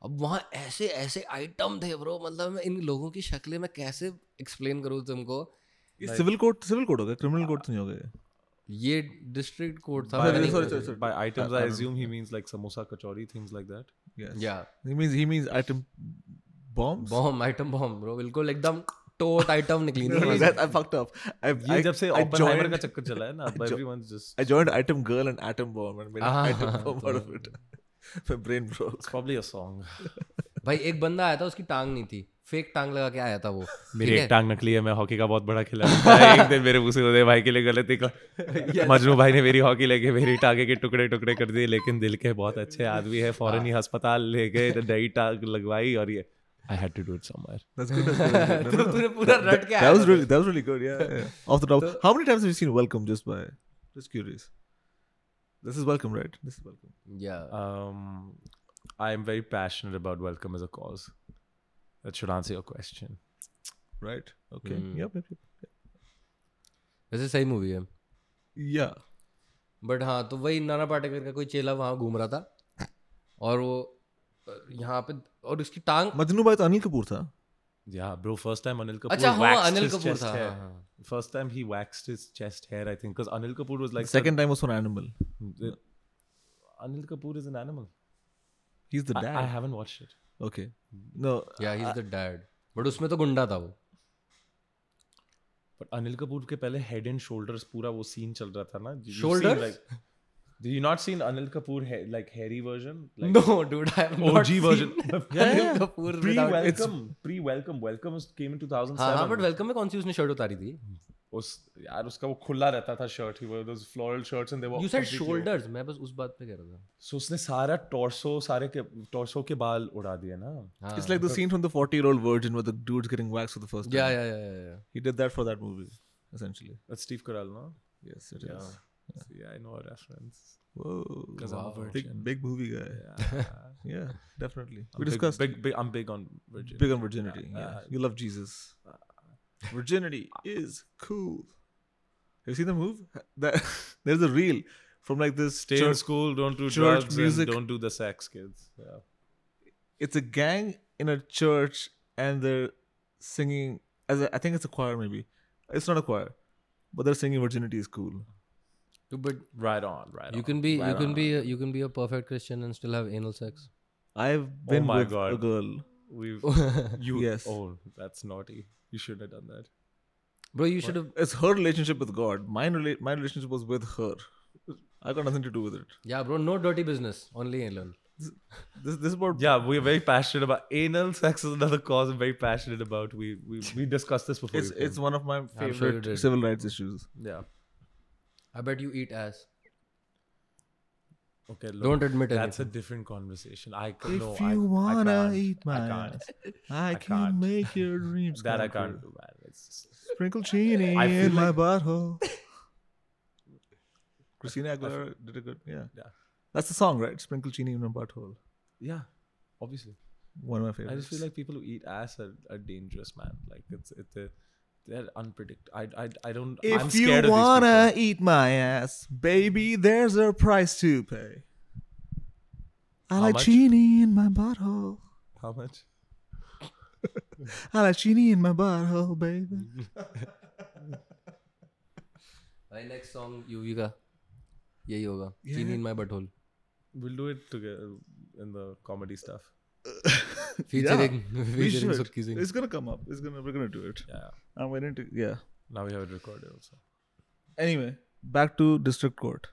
अब वहाँ ऐसे ऐसे आइटम थे ब्रो मतलब मैं इन लोगों की शक्लें मैं कैसे एक्सप्लेन करूँ तुमको ये सिविल कोर्ट सिविल कोर्ट होगा क्रिमिनल कोर्ट नहीं होगा ये? ये डिस्ट्रिक्ट कोर्ट था By- sorry, मैंने- sorry, sorry, sorry. By items, I- I I, don't assume he means like samosa kachori, things like that. yes Yeah. he means he means item bombs bomb item bomb bro बिल्कुल एकदम टोट item निकली (laughs) थी No, that I fucked up. I, ये I, जब से I Oppenheimer joined, का चक्कर चला है ना, jo- everyone's just I joined Atom Girl and Atom Bomb and made an Ah, Atom Bomb out of it. (laughs) My brain broke. it's probably a song. भाई एक बंदा आया था उसकी टांग नहीं थी फेक टांग लगा के आया था वो मेरी ठीक एक है? टांग नकली है मैं हॉकी का बहुत बड़ा खिलाड़ी था। एक दिन मेरे मुंह से उदय भाई के लिए गलती का मजनू भाई ने मेरी हॉकी लेके मेरी टांगे के टुकड़े टुकड़े कर दिए लेकिन दिल के बहुत अच्छे आदमी है फौरन ही हाँ। अस्पताल ले गए तो नई टांग लगवाई और ये I had to do it somewhere That's good. That's good. that's good. तो (laughs) तूने पूरा रट के आया (laughs) That was था। really that was really good. Yeah. yeah. Off the top. How many times have you seen Welcome just by? Just curious. This is welcome, right? This is welcome. या Um, I am very passionate about welcome as a cause. That should answer your question. Right. Okay. Yep, yep, yep. वैसे सही movie है Yeah. But हाँ तो वही नाना पाटेकर का कोई चेला वहाँ घूम रहा था और वो अ, यहाँ पे और उसकी टांग Majnu bhai तो अनिल कपूर था. Yeah, bro. First time Anil Kapoor अच्छा हाँ waxed Anil his Kapoor chest था hair. हाँ, हाँ. First time he waxed his chest hair, I think, because Anil Kapoor was like Second time was for Animal. The, Anil Kapoor is an animal. He's the I, dad. I haven't watched it. okay. No. Yeah he is the dad but उसमें तो गुंडा था वो But Anil Kapoor के पहले head and shoulders पूरा वो scene चल रहा था ना. You've seen, Shoulders? Like, do you not seen Anil Kapoor ha- like hairy version? Like, no dude I have not OG version. (laughs) (laughs) Anil Kapoor Pre without- welcome, pre welcome, welcome was- came in हाँ हाँ 2007. But welcome में कौन सी उसने shirt उतारी थी उस यार उसका वो खुला रहता था शर्ट ही वो those floral shirts and they were you said completely- shoulders मैं बस उस बात पे कह रहा था So उसने सारा torso सारे के torso के बाल उड़ा दिए ना हाँ. It's like the scene from the 40 year old virgin where the dude's getting waxed for the first time. Yeah yeah yeah yeah He did that for that movie, essentially. That's Steve Carell ना Yes, it is. See, I know a reference Whoa. because I'm a Big, virgin. big movie guy. Yeah. (laughs) Yeah, definitely. I'm We big- discussed big, big, big, I'm big on virgin. on virginity. Yeah. you love (laughs) Jesus. Virginity is cool. Have you seen the move? That (laughs) there's a reel from like this Stay in church- school. Don't do church drugs. music. And don't do the sex, kids. Yeah. it's a gang in a church and they're singing as a, I think it's a choir maybe. It's not a choir, but they're singing virginity is cool. Too but Right on. Right. तो You on, can be right you can on. be a, you can be a perfect Christian and still have anal sex. I've been Oh my with a God. girl. (laughs) We've. Bro, You. Yes. Oh, that's naughty. You shouldn't have done that. you should have It's her relationship with God. Mine rela- my relationship was with her. I got nothing to do with it. yeah, bro. No dirty business, only anal. This this is about Yeah, we're very passionate about anal sex. Is another cause I'm very passionate about. We we we discussed this before. it's you came. it's one of my sure you favorite did. civil rights issues. yeah. I bet you eat ass. Okay. Look, Don't admit it. That's a different conversation. I c- no. if I, you I wanna can't. eat my I can't. ass, I, can can't. make your dreams That I come can't true. do. Man. It's just, Sprinkle genie I feel in my butthole. (laughs) Christina Aguilera did a good, yeah. Yeah. That's the song, right? Sprinkle genie in my butthole. yeah. Obviously. One of my I favorites. just feel like people who eat ass are, are dangerous, man. Like it's it, they're, they're unpredictable. I, I I don't. I'm if scared you of wanna these eat my ass, baby, there's a price to pay. I How like much? genie in my butthole. people. How much? I like genie in my butthole, baby. My next song UV का यही होगा. Chini in my (laughs) butthole. We'll do it together in the comedy stuff. Featuring (laughs) We featuring should. Suki Singh. It's gonna come up. It's gonna. We're gonna do it. Yeah. I'm waiting to. Yeah. Now we have it recorded also. Anyway, back to district court.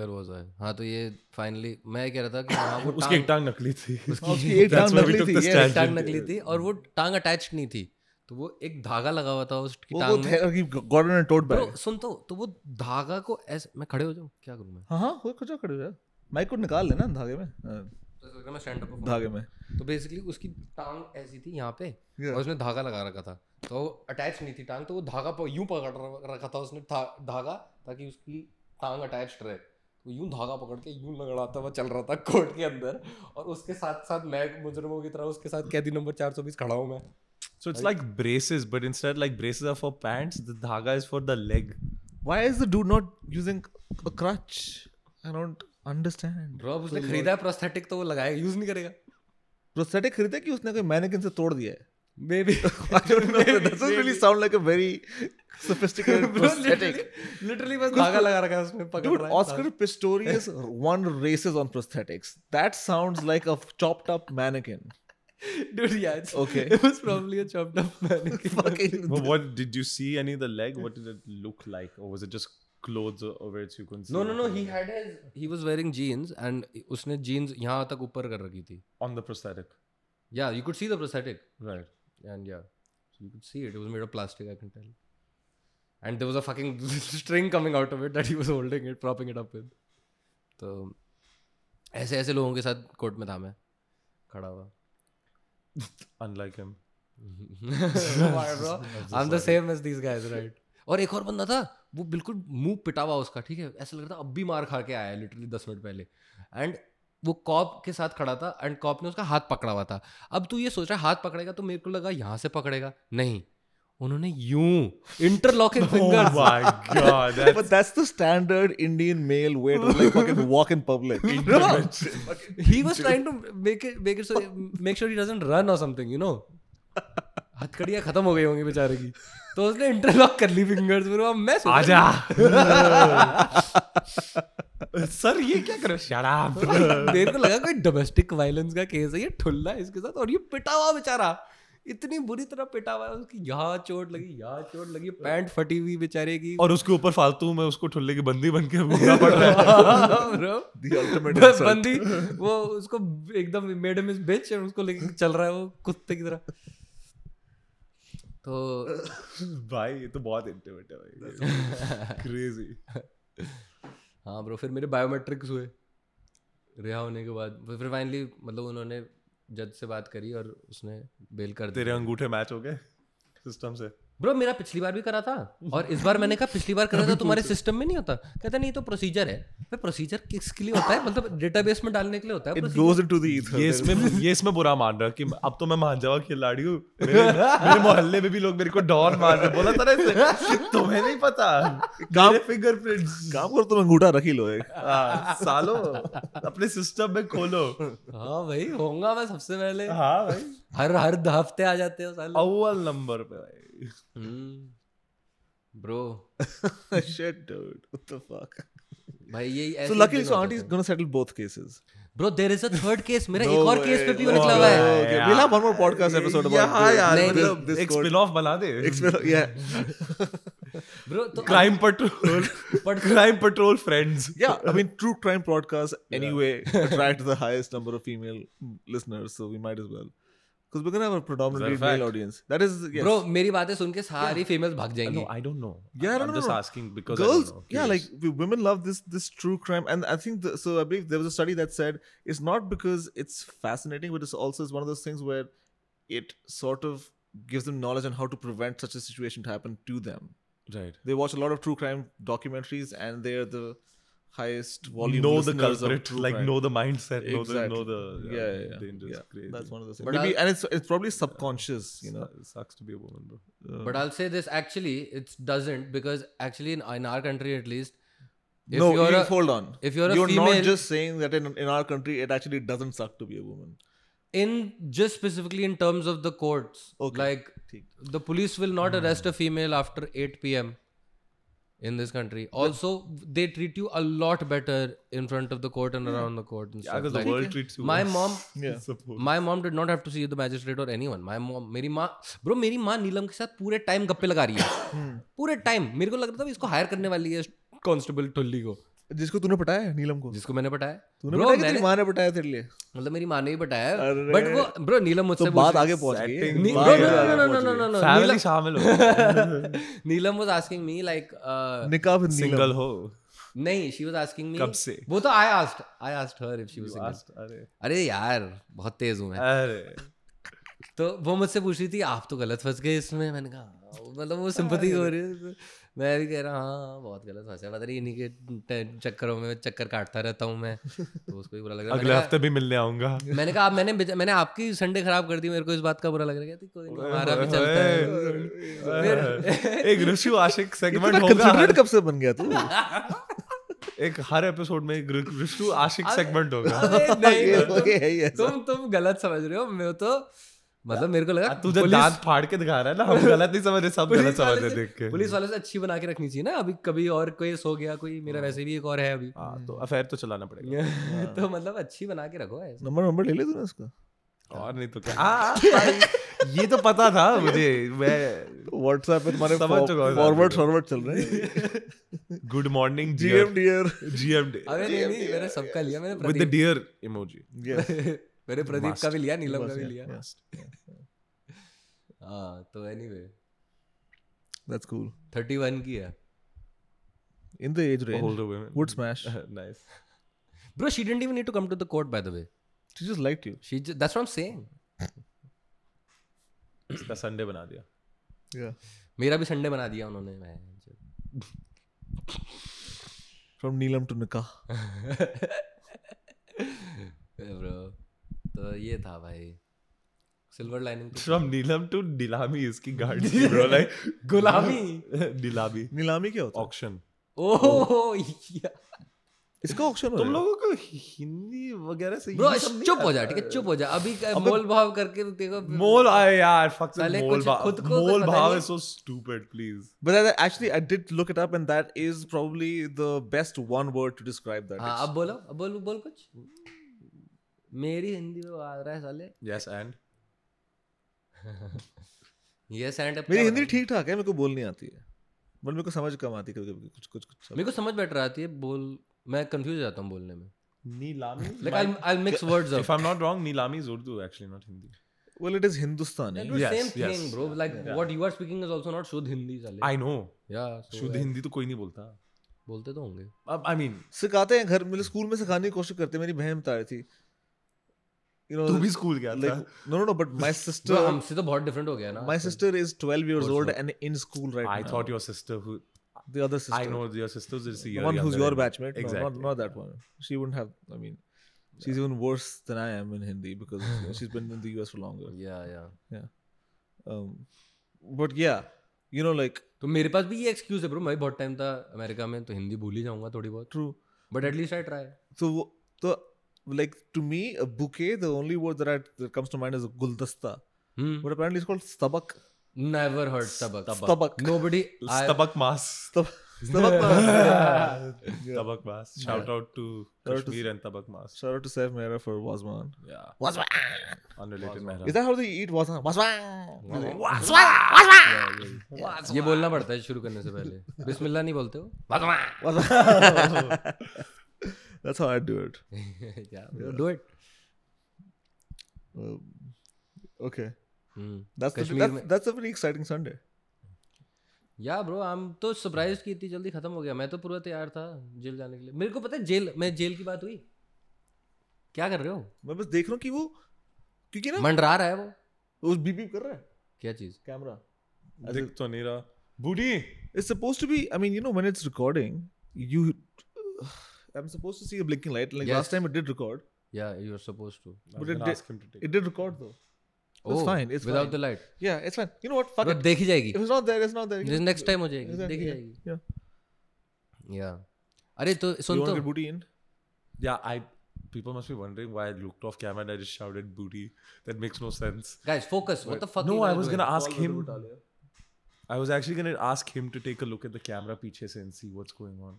Where was I? हाँ तो ये finally मैं कह रहा था कि (laughs) हाँ वो उसकी टांग एक टांग नकली (laughs) थी. उसकी एक That's टांग why we नकली took थी, the yes. stand. टांग नकली थी और वो टांग attached नहीं थी तो वो एक धागा लगा हुआ था उसकी वो वो टांग में थे- कि गॉर्डन ने टोट बैग Bro, सुन तो तो वो धागा को ऐसे मैं खड़े हो जाऊँ क्या करूँ मैं हाँ हाँ हो खचा खड़े हो जा माइक को निकाल लेना धागे में हाँ, तो ऐसा लग रहा है मैं स्टैंड अप धागे में तो बेसिकली उसकी टांग ऐसी थी यहाँ पे Yeah. और उसने धागा लगा रखा था तो अटैच नहीं थी टांग तो वो धागा प- यूं पकड़ र- रखा था उसने था- धागा ताकि उसकी टांग अटैच रहे तो यूं धागा पकड़ के यूं लंगड़ाता हुआ चल रहा था कोर्ट के अंदर और उसके साथ साथ मैं मुजरमों की तरह उसके साथ कैदी नंबर 420 खड़ा हूं मैं So it's like braces, but instead like braces are for pants. The dhaga is for the leg. why is the dude not using a crutch I don't understand bro उसने खरीदा है प्रोस्थेटिक तो वो लगाएगा use नहीं (laughs) करेगा prosthetic खरीदा कि उसने कोई मैनिकिन से तोड़ दिया है may be (laughs) I don't know that doesn't really sound like a very sophisticated prosthetic literally बस धागा लगा रखा है उसने पकड़ Dude, रहा है Oscar Pistorius won races on prosthetics. That sounds like a chopped up mannequin. Dude, yeah, it's Okay. (laughs) It was probably a chopped up (laughs) mannequin. Fucking But what did you see any of the leg? What did it look like, or was it just clothes o- over it? So you couldn't see. No, no, what no. was He had his. He was wearing jeans and उसने jeans यहाँ तक ऊपर कर रखी थी. on the prosthetic, Yeah, you could see the prosthetic right? and yeah, so you could see it. It was made of plastic. I can tell. And there was a fucking (laughs) string coming out of it that he was holding it, propping it up with. तो ऐसे ऐसे लोगों के साथ court में था मैं खड़ा हुआ. Unlike him. Why, bro? I'm the same as these guys, right? (laughs) और एक और बंदा था वो बिल्कुल मुंह पिटा हुआ उसका ठीक है ऐसा लग रहा था अब भी मार खा के आया है लिटरली दस मिनट पहले एंड वो कॉप के साथ खड़ा था एंड कॉप ने उसका हाथ पकड़ा हुआ था अब तू ये सोच रहा है हाथ पकड़ेगा तो मेरे को लगा यहाँ से पकड़ेगा नहीं उन्होंने यूं interlocking Oh fingers (laughs) (laughs) but that's the standard Indian male way to like (laughs) fucking walk in public. (laughs) he was trying to make it make it so make sure he doesn't run or something you know हथकड़ियाँ खत्म हो गई होंगी बेचारे की तो उसने interlock कर ली फिंगर्स फिर वहाँ मैं सोचा- आजा सर ये क्या कर शराब मेरे को लगा कोई डोमेस्टिक वायलेंस का केस है ये ठुल्ला है इसके साथ और ये पिटा हुआ बेचारा इतनी बुरी तरह पिटा हुआ है उसकी यहाँ चोट लगी यहाँ चोट लगी पैंट फटी हुई बेचारे की और उसके ऊपर फालतू में तो उसको ठुल्ले की बंदी बन के (laughs) घूमना पड़ रहा है (laughs) Bro, The ultimate बस insult. बंदी वो उसको एकदम मैडम इज बिच और उसको लेके चल रहा है वो कुत्ते की तरह तो भाई ये तो बहुत इंटिमेट है (laughs) भाई क्रेजी हाँ ब्रो फिर मेरे बायोमेट्रिक्स हुए रिहा होने के बाद फिर- फिर फाइनली मतलब उन्होंने जज से बात करी और उसने बेल कर दी तेरे अंगूठे मैच हो गए सिस्टम से ब्रो मेरा पिछली बार भी करा था और इस बार मैंने कहा पिछली बार करा था तुम्हारे सिस्टम में नहीं होता कहता नहीं ये तो प्रोसीजर है मैं प्रोसीजर किसके लिए होता है मतलब डेटाबेस में डालने के लिए होता है It procedure। goes into the ether. ये इसमें (laughs) ये इसमें बुरा मान रहा कि अब तो मैं मान जावा खिलाड़ी हूँ (laughs) मेरे, मेरे मोहल्ले में भी लोग मेरे को डॉन मार रहे बोला था ना इसने कि तुम्हें नहीं पता मेरे फिंगरप्रिंट्स काम करो तुम अंगूठा रख ही लो (laughs) एक सालो अपने सिस्टम में खोलो हाँ भाई होऊंगा मैं सबसे पहले हाँ भाई हर हर हफ्ते आ जाते हो साले हम्म। अव्वल नंबर पे (laughs) भाई bro shit dude what the fuck भाई ये so luckily so auntie is going to settle both cases bro there is a third case मेरा No एक और केस way. पे भी Oh, निकला हुआ है okay. Yeah. we'll have one more podcast episode about यहाँ this. यार नहीं, मतलब this एक code. स्पिन ऑफ बना दे Expe- yeah ब्रो तो (laughs) crime Patrol Crime Patrol friends yeah i (laughs) mean true crime podcasts anyway attract the highest number of female listeners so we might as well because we're going to have a predominantly Is that a male fact? audience that is yes. Bro मेरी बातें सुन के सारी females भाग जाएंगी No, I don't know. Yeah, I'm no, no, just no. asking because I girls don't know. yeah like Curious. we, women love this this true crime and i think the, so i believe there was a study that said it's not because it's fascinating but it's also it's one of those things where it sort of gives them knowledge on how to prevent such a situation to happen to them right. they watch a lot of true crime documentaries and they're the highest volume know the listeners of culprit, true like crime. know the mindset, know the Exactly. know the yeah, yeah, yeah. dangerous. Yeah, Crazy. that's one of those things. But Maybe, and it's it's probably subconscious, you know. Su- sucks to be a woman, bro. Uh, But I'll say this actually, it doesn't because actually in, in our country at least, if no, you're you- a, hold on. if you're a you're not female- just saying that in, in our country it actually doesn't suck to be a woman. in just specifically in terms of the courts, Okay. Hmm. like Theek. the police will not arrest a female after 8 p.m. in this country. Also, they treat you a lot better in front of the court and around the court and Yeah, stuff. because like- the world treats you. my worse. mom (laughs) Yeah. Suppose. My mom did not have to see the magistrate और anyone my mom मेरी माँ bro मेरी माँ नीलम के साथ पूरे time गप्पे लगा (coughs) रही है Hmm. पूरे टाइम मेरे को लग रहा था इसको हायर करने वाली है कांस्टेबल टुल्ली को जिसको तूने पटाया है, नीलम को जिसको मैंने बताया तूने Bro, बताया कि मैंने- तेरी माँ ने पटाया तेरे लिए मतलब मेरी माँ ने ही बताया अरे। बट वो ब्रो नीलम मुझसे तो पूछ बात रही- आगे पहुंच गई (laughs) है। Setting. नी- बात no, no, आगे no, no, पहुंच no, no, गई है। no, no, Family नीलम- (laughs) शामिल हो (laughs) नीलम वाज आस्किंग मी लाइक निकाह with नीलम. सिंगल हो uh, नहीं शी वाज आस्किंग मी कब से? वो तो I asked I asked her if she was single अरे अरे यार बहुत तेज हूं मैं अरे तो वो मुझसे पूछ रही थी आप तो गलत फंस गए इसमें मैंने कहा "हाँ", मतलब वो सिंपति हो रही है मैं भी कह रहा हाँ हाँ, बहुत गलत फंसा पता नहीं इन्हीं के ट- चक्करों में चक्कर काटता रहता हूँ मैं तो उसको भी बुरा लग रहा मैंने अगले कहा- हफ्ते भी मिलने आऊंगा मैंने कहा "आप- मैंने बेचा- मैंने आपकी संडे खराब कर दी मेरे को इस बात का बुरा लग रहा है कहती, कोई नहीं हमारा भी चलता है है एक ऋषु आशिक इतना सेगमेंट considerate होगा कब से बन गया तू? एक हर एपिसोड में एक ऋषु आशिक सेगमेंट होगा (laughs) अबे ये नहीं मतलब ये है ही ऐसा। तुम तुम गलत समझ रहे हो मैं तो मतलब मेरे को लगा तुझे पुलिस- हाँ, दांत फाड़ के दिखा रहा है ना हम गलत नहीं समझ रहे सब पुलिस गलत समझ वाले रहे से- देख के पुलिस वाले से अच्छी बना के रखनी चाहिए ना अभी कभी और केस हो गया कोई मेरा वैसे भी एक और है अभी हाँ तो अफेयर तो चलाना पड़ेगा (laughs) तो मतलब अच्छी बना के रखो ऐसे Number- number ले लिया तूने उसका? और नहीं तो क्या (laughs) हाँ, भाई, ये तो पता था मुझे मैं WhatsApp पे तुम्हारे समझ चुका for- हूँ सारे forward लोग। forward चल रहे हैं। Good (laughs) morning GM GM (laughs) dear. GM day अरे नहीं नहीं मैंने सबका लिया मैंने with the Pradeep dear emoji Yes. (laughs) मैंने प्रदीप का भी लिया नीलम का Must, भी yeah, लिया yes. (laughs) हाँ तो एनीवे That's cool. 31 की है In the age range, old women would smash. (laughs) Nice bro she didn't even need to come to the court by the way She just liked you. She that's what I am saying इसका Sunday बना दिया Yeah. मेरा भी Sunday बना दिया उन्होंने मैं From Neelam to Nikah. (laughs) Bro तो ये था भाई तो- silver lining from Neelam to नीलामी इसकी गाड़ी (laughs) ब्रो लाइक गुलामी (laughs) नीलामी नीलामी क्या होता है (laughs) ऑक्शन Oh. ओह या इसका ऑक्शन हो रहा तुम है? लोगों को हिंदी वगैरह से ब्रो ये सब नहीं चुप हो जा आता ठीक है है। चुप हो जा अभी का- मोल भाव करके तो देखो मोल आए यार फक साले मोल कुछ भाव खुद को कुछ मोल पता भाव नहीं is so stupid please But that, actually, I did look it up, and that is probably the best one word to describe that. हाँ It's- अब बोलो अब बोल बोल कुछ मेरी हिंदी में आ रहा है साले यस एंड ये सैंड अप मेरी हिंदी ठीक ठाक है मेरे को बोलनी आती है बट मेरे को समझ कम आती है कभी कभी कुछ कुछ कुछ मेरे को समझ बेटर आती है तो बोल मैं कंफ्यूज जाता हूँ बोलने में नीलामी like I I mix words if i'm not wrong neelami is urdu actually not hindi well it is hindustani That was Yes, same yes. thing, bro. Like what you are speaking is also not शुद्ध हिंदी साले. i know yeah, so शुद्ध यार, हिंदी तो कोई नहीं बोलता बोलते तो होंगे. अब आई मीन सिखाते हैं घर मतलब स्कूल में सिखाने की कोशिश करते हैं मेरी बहन बता रही थी यू तू भी नो स्कूल गया था like no no no but (laughs) my तो सिस्टर हमसे तो बहुत डिफरेंट हो गया ना. my sister is 12 years course old not. and in school right i now thought your sister who the other sister i know your sister's is a the year one who's E younger your than me. batchmate no, not, exactly not that one she wouldn't have i mean she's even worse than i am in hindi because you know, she's been in the us for longer Yeah, yeah. um, but yeah you know like तो मेरे पास भी ये excuse है bro मैं भी बहुत time था अमेरिका में तो हिंदी भूल ही जाऊंगा थोड़ी बहुत true but at least I try So, wo- so like to me, a bouquet, the only word that, I, that comes to mind is guldasta. Hmm But apparently it's called stabak. Never heard सबक Stabak. Nobody tabak mas Stab- stabak. (laughs) tabak mas shout out to kashmir and tabak mas Shout out to Saif Mehra for Wazman. yeah Wazwan! unrelated Is mehra that how they eat Wazwan? Wazwan! ये बोलना पड़ता है शुरू करने से पहले बिस्मिल्लाह नहीं बोलते हो (laughs) Wazwan! (laughs) That's how I do it. Yeah do it Um, okay. Hmm। That's, the, that's, में- that's a pretty exciting Sunday. Yeah bro हम तो सरप्राइज की इतनी जल्दी खत्म हो गया मैं तो पूरा तैयार था जेल जाने के लिए मेरे को पता है जेल मैं जेल की बात हुई क्या कर रहे हो मैं बस देख रहा हूँ कि वो क्योंकि ना मंडरा रहा है वो वो बीप बीप कर रहा है क्या चीज कैमरा दिख तो नहीं रहा बूढ़ी It's supposed to be. I mean, you know, when it's recording, you. I'm supposed to see a blinking light. Like last Yes. time, it did record. Yeah you are suppose to But I'm it gonna did- ask him to take- It did record though. It's Oh, Oh, fine, it's without fine. The light Yeah, it's fine. You know what? Fuck it. देखी जाएगी If it's not there, it's not there. Next time हो जाएगी देखी yeah. जाएगी Yeah. या अरे तो You सुन want to तो get booty in? Yeah, I people must be wondering why I looked off camera and I just shouted booty. That makes no sense. Guys focus what the fuck no, I was gonna ask him. I was actually gonna ask him to take a look at the camera piche se and see what's going on.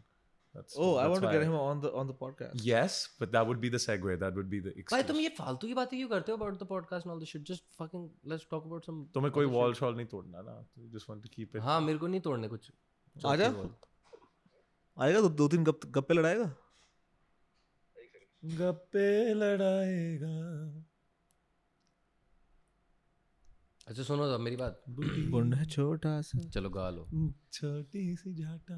That's Oh, I that's want to why get him on the on the podcast. Yes, but that would be the segue. That would be the भाई excuse. तुम ये फालतू की बातें क्यों करते हो about the podcast and all the shit just fucking let's talk about some तुम्हें कोई wall शॉल नहीं तोड़ना ना You just want to keep it हां हाँ, मेरे को नहीं तोड़ने कुछ आजा। आएगा तो दो तीन गप गप्पे लड़ाएगा गप्पे लड़ाएगा अच्छा सुनो तो मेरी बात गुंड है छोटा सा चलो गा लो छोटी सी जाटा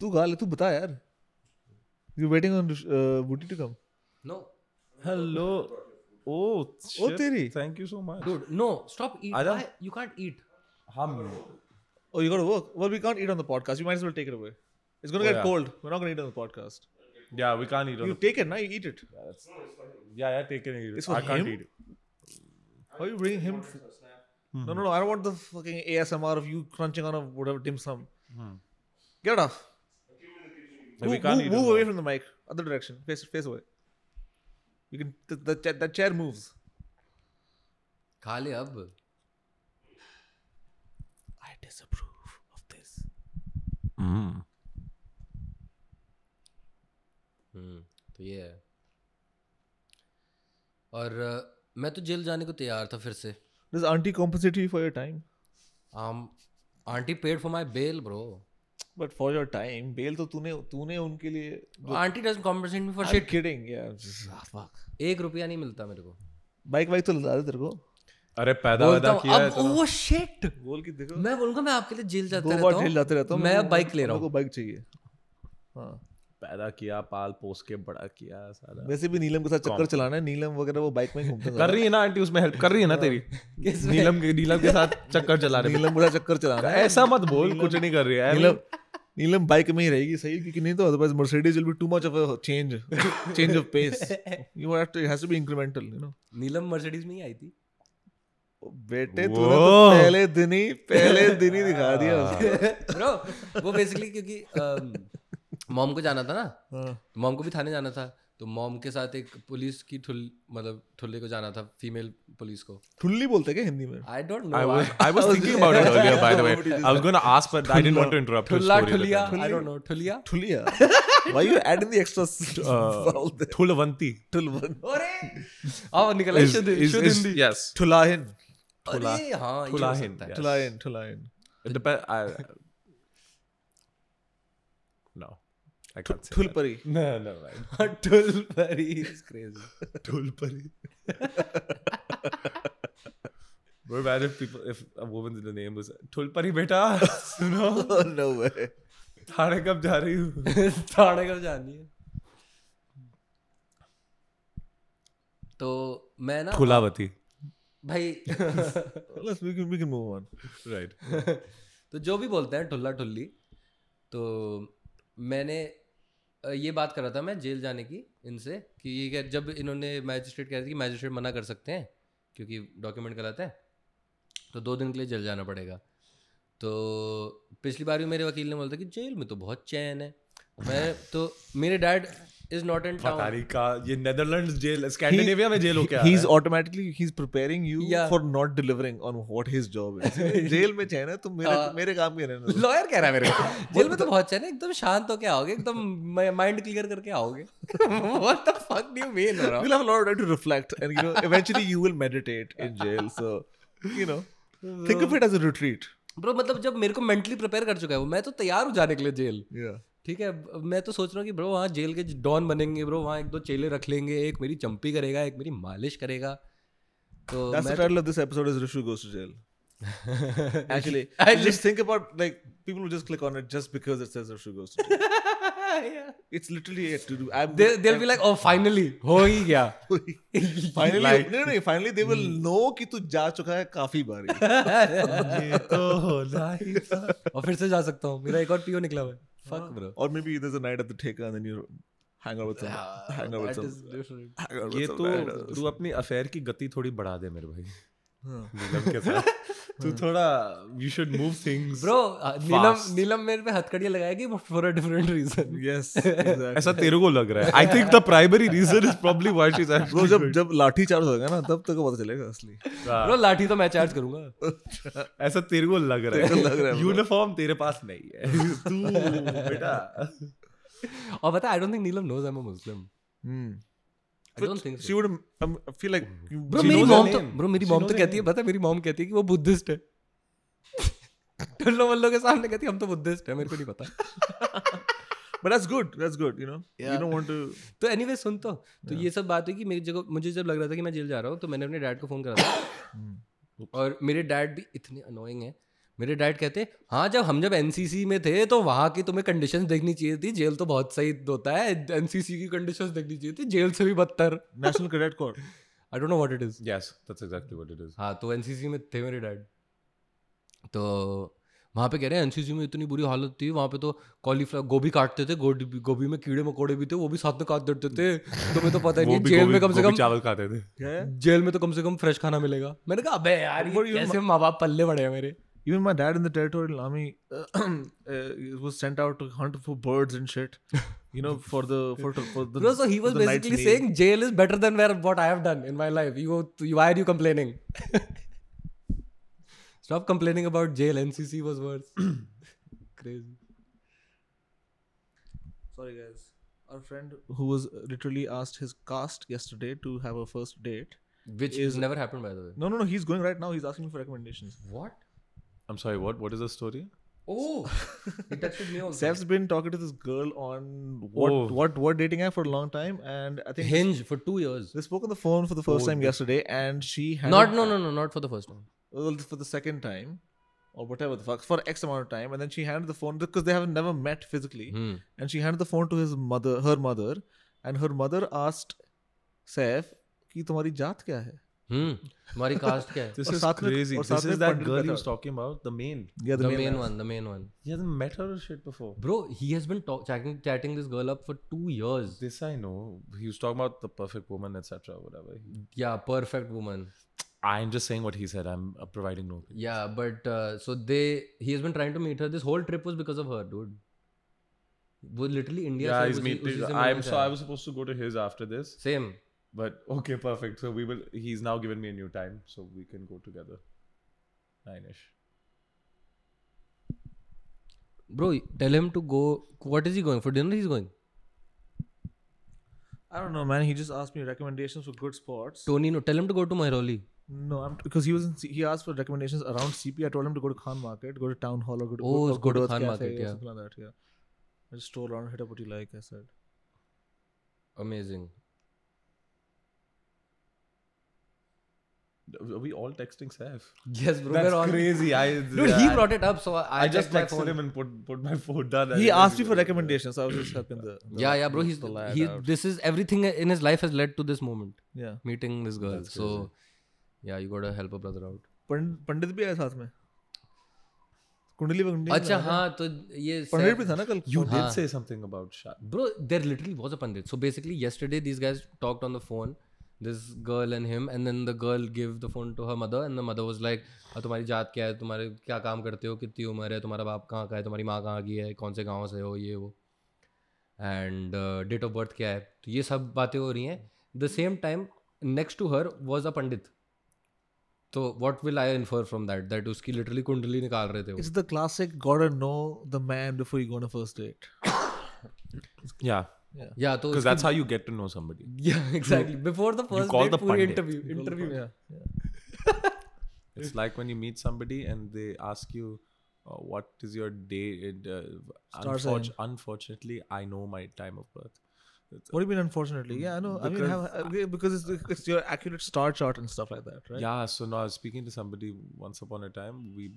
तू गा ले तू बता यार you waiting on booty to come no hello oh shit. तेरी। thank you so much dude no stop आजा। ईट यू कांट ईट हम Oh, you got to work. Well, we can't eat on the podcast. You might as well take it away. It's gonna Oh, get yeah. cold. We're not gonna eat on the podcast. yeah we can't eat on You the- take it now. You eat it. yeah yeah take it and eat it. It's for I him? can't eat it How are you bringing him? f- No, no, no. I don't want the fucking ASMR of you crunching on a whatever dim sum. Get it off. And Hmm. we move can't move, eat move it away from the mic. Other direction. Face face away. You can. The, the, cha- that chair moves. खा ले अब I disapprove of this. हम्म तो ये है और अ, मैं तो jail जाने को तैयार था फिर से Does auntie compensate you for your time? um auntie paid for my bail bro But for your time, bail तो तूने तूने उनके लिए. Auntie doesn't compensate me for I'm shit kidding. Yeah. Just, Oh, ah, fuck. एक रुपया नहीं मिलता मेरे को Bike bike तो लगा दे तेरे को. अरे पैदा बोलता वैदा हूँ, किया है तो। अब वो शिट गोल की देखो. मैं बोलूंगा मैं आपके लिए जेल जाता दो रहता बार हूँ जेल जाते रहता हूँ मैं अब बाइक ले रहा हूँ बाइक चाहिए हाँ पैदा किया पाल पोस के बड़ा किया सारा वैसे भी नीलम के साथ चक्कर Comedy. चलाना है नीलम वगैरह वो बाइक में ही घूमते हैं कर रही है ना आंटी उसमें हेल्प कर रही है ना तेरी किसमें? नीलम के नीलम के साथ चक्कर चला सारा। रही नीलम बुरा चक्कर चलाना है ऐसा मत बोल कुछ नहीं कर रही है I mean, Neelam Neelam bike में ही रहेगी सही क्योंकि नहीं तो otherwise Mercedes will be too much of a change change of (laughs) pace you have to has to be incremental you know Neelam Mercedes में ही आई (laughs) थी बेटे Whoa. तूने तो पहले दिन ही पहले दिन ही दिखा दिया उसे। ब्रो वो बेसिकली क्योंकि मॉम को जाना था ना हाँ। मॉम को भी थाने जाना था तो मॉम के साथ एक पुलिस की ठुल मतलब ठुल्ले को जाना था फीमेल पुलिस को ठुल्ली बोलते हैं क्या हिंदी में आई डोंट I नो was I was thinking about it earlier. By the way, I was going to ask, but I didn't want to interrupt. your ठुल्ला story that ठुलिया time. आई डोंट नो ठुलिया ठुलिया why you add in the extra (laughs) हाँ। Uh, Thulavanti ठुलवन अरे और निकला is, शुद्ध is, शुद्ध is, हिंदी yes. ठुलाहिन ठुला- अरे हाँ ये हो ठुलाहिन, सकता है yeah. ठुलाहिन ठुलाहिन It depends. I, no, I can't say. that. ठुलपरी No, no, right. Atul Pari is crazy (laughs) ठुलपरी Bro, imagine if people if a woman the name was Tulpari beta, (laughs) (laughs) suno, no way thane kab ja rahi hu? (laughs) थाने कब जानी है तो मैं ना Thulavati, भाई Let's we can we can move on. right? (laughs) तो जो भी बोलते हैं ठुल्ला ठुल्ली तो मैंने अ, ये बात कर रहा था मैं जेल जाने की इनसे कि ये क्या जब इन्होंने मैजिस्ट्रेट कह रही थी कि मैजिस्ट्रेट मना कर सकते हैं क्योंकि डॉक्यूमेंट कराते हैं तो दो दिन के लिए जेल जाना पड़ेगा तो पिछली बार भी मेरे वकील ने बोला था कि जेल में तो बहुत चैन है मैं तो मेरे डैड इज नॉट इन पता टाउन नहीं कहाँ ये Netherlands jail, Scandinavia में jail हो क्या? He's automatically he's preparing you Yeah. for not delivering on what his job is. Jail में चैन है तुम मेरे हाँ। मेरे काम के रहने दो। लॉयर कह रहा है मेरे (laughs) को जेल में तो बहुत चैन है एकदम शांत होके आओगे एकदम माइंड क्लियर करके आओगे (laughs) what the fuck do you mean bro You'll have a lot of time to reflect, and you know eventually you will meditate in jail. So you know, think of it as a retreat. Bro मतलब जब मेरे को mentally prepare कर चुका है वो मैं तो तैयार हूँ जाने के लिए जेल Yeah. ठीक है अब मैं तो सोच रहा हूँ कि ब्रो वहाँ जेल के डॉन बनेंगे ब्रो वहाँ एक दो चेले रख लेंगे एक मेरी चंपी करेगा एक मेरी मालिश करेगा तो That's मैं the title of this episode is Rishu goes to jail. Actually, I just think about like people will just click on it just because it says Rishu goes to jail. It's literally it to do. I'm, (laughs) They- they'll be like oh finally (laughs) हो ही गया finally, (laughs) no, no, no, finally they will know कि तू जा चुका है काफी बारी. (laughs) ये तो होना ही था। और फिर से जा सकता हूँ मेरा एक और पीओ निकला हुआ है fuck bro Or maybe there's a night at the Theka and then you hang out with some, hang out with some, hang out ये with some तो randos. तू अपनी अफेयर की गति थोड़ी बढ़ा दे मेरे भाई हाँ। (laughs) नीलम के साथ तू थोड़ा you should move things bro uh, Neelam Fast. Neelam मेरे पे हथकड़ियाँ लगाएगी for a different reason (laughs) Yes, exactly. ऐसा तेरे को लग रहा है I think the primary reason is probably why she (laughs) Bro, जब जब लाठी चार्ज होगा ना तब तक पता चलेगा असली ब्रो लाठी तो मैं चार्ज करूंगा ऐसा तेरे को लग तेरे को रहा लग रहा है, है bro. यूनिफॉर्म तेरे पास नहीं है तू बेटा और पता I don't think Neelam knows I am a Muslim I I don't think she would I feel like bro She मेरी knows her मॉम तो name. ब्रो मेरी She मॉम knows तो her कहती है पता है मेरी मॉम कहती है कि वो बुद्धिस्ट है टल्लो वल्लो के सामने कहती है हम तो बुद्धिस्ट है मेरे को नहीं पता but that's good that's good you know you don't want to तो एनीवे सुन तो तो ये सब बात हुई कि मेरी जगह मुझे जब लग रहा था कि मैं जेल जा रहा हूँ तो मैंने अपने डैड को फोन करा था और मेरे डैड भी इतने अनोइंग हैं मेरे डैड कहते हाँ जब हम जब एनसीसी में थे तो वहाँ की तुम्हें कंडीशंस देखनी चाहिए थी जेल तो बहुत सही होता है एनसीसी की कंडीशंस देखनी चाहिए थी जेल से भी बदतर national credit code I don't know what it is yes that's exactly what it is हाँ तो एनसीसी में थे मेरे डैड तो वहाँ पे कह रहे हैं एनसीसी में इतनी बुरी हालत थी वहाँ पे तो कॉलीफ्लावर गोभी काटते थे गोभी गोभी में कीड़े मकोड़े भी थे वो भी साथ में काट देते थे तुम्हें तो (laughs) पता ही नहीं जेल में कम से कम चावल खाते थे जेल में तो कम से कम फ्रेश खाना मिलेगा मैंने कहा अबे यार ये But you- कैसे माँ बाप पल्ले बड़े हैं मेरे Even my dad in the territorial army uh, (clears throat) was sent out to hunt for birds and shit. You know, for the for, for the Bro, so he was for the night's basically meal. saying jail is better than where what I have done in my life. You, you why are you complaining? (laughs) Stop complaining about jail. NCC was (clears throat) worse. Crazy. Sorry, guys. Our friend who was uh, literally asked his caste yesterday to have a first date. Which Is- never happened by the way. No, no, no. He's going right now. He's asking me for recommendations. What? I am sorry what what is the story Oh, it texted me also. Sev's been talking to this girl on what Oh. what what dating app for a long time, and I think Hinge for two years. they spoke on the phone for the first time yesterday, and she had Not no no no not for the first time. well, for the second time or whatever the fuck for X amount of time, and then she handed the phone because they have never met physically, Hmm. and she handed the phone to his mother, her mother, and her mother asked Saif कि तुम्हारी जात क्या है? Hmm. (laughs) तुम्हारी cast क्या है This और is साथ में- crazy. और This साथ में is that पंडित girl बैठा he हुआ was talking about, the main. Yeah, the, the main, main one. One the main one He hasn't met her or shit before. Bro he has been chatting chatting this girl up for 2 years This I know. He was talking about the perfect woman, etc. Whatever. He- yeah perfect woman I'm just saying what he said. I'm uh, providing no. opinion. Yeah, but uh, so they he has been trying to meet her. This whole trip was because of her, dude. वो literally India Yeah, से he's उसी- meeting. उसी से I'm मिलने so जा I रहा was supposed to go to his after this, है। same. but okay, perfect. So we will. He's now given me a new time, so we can go together. Nine-ish. Bro, tell him to go. What is he going for dinner? He's going. I don't know, man. He just asked me recommendations for good spots. Tony, no, tell him to go to Mehrauli. No, I'm because he was in, C- he asked for recommendations around CP. I told him to go to Khan Market, go to Town Hall, or go to Oh, or go to Earth Khan Cafe Market, or yeah. something like that. Yeah, I just stroll around, hit up what you like. I said. Amazing. (laughs) Are we all texting Saif? Yes, bro. That's we're on. crazy. I Dude, yeah, he I- brought it up, so I, I, just checked my texted phone. him and put put my phone down. I He didn't asked me even for look at it. recommendations, so I was just helping the, the- yeah, yeah, bro. He's the lad he. out. This is everything in his life has led to this moment, yeah. meeting this girl. That's so, yeah, you gotta help a brother out. पंड- पंडित भी आया साथ में कुंडली वंडली अच्छा हाँ तो ये पंडित sir- भी था ना कल You Huh. did say something about Shah. bro there literally was a pandit so basically yesterday these guys talked on the phone this girl and him and then the girl gave the phone to her mother and the mother was like "आ, तुम्हारी जात क्या है तुम्हारे क्या काम करते हो कितनी उम्र है तुम्हारा बाप कहाँ का है तुम्हारी माँ कहाँ की है कौन से गाँव से हो ये वो एंड डेट ऑफ बर्थ क्या है तो ये सब बातें हो रही हैं the same time next to her was a pandit तो what will I infer from that that उसकी लिटरली कुंडली निकाल रहे थे वो It's the classic gotta know the man before you go on a first date. Yeah, या तो because that's how you get to know somebody. (laughs) yeah exactly before the first call date, the पूरी pandit. interview interview Yeah. It's like when you meet somebody and they ask you, uh, "What is your day?" It, uh, Star unfortu- sign. unfortunately, I know my time of birth. What do you mean? Unfortunately, yeah, I know. I mean, Because- have, uh, because it's, it's your accurate star chart and stuff like that, right? Yeah. So now, I was speaking to somebody once upon a time, we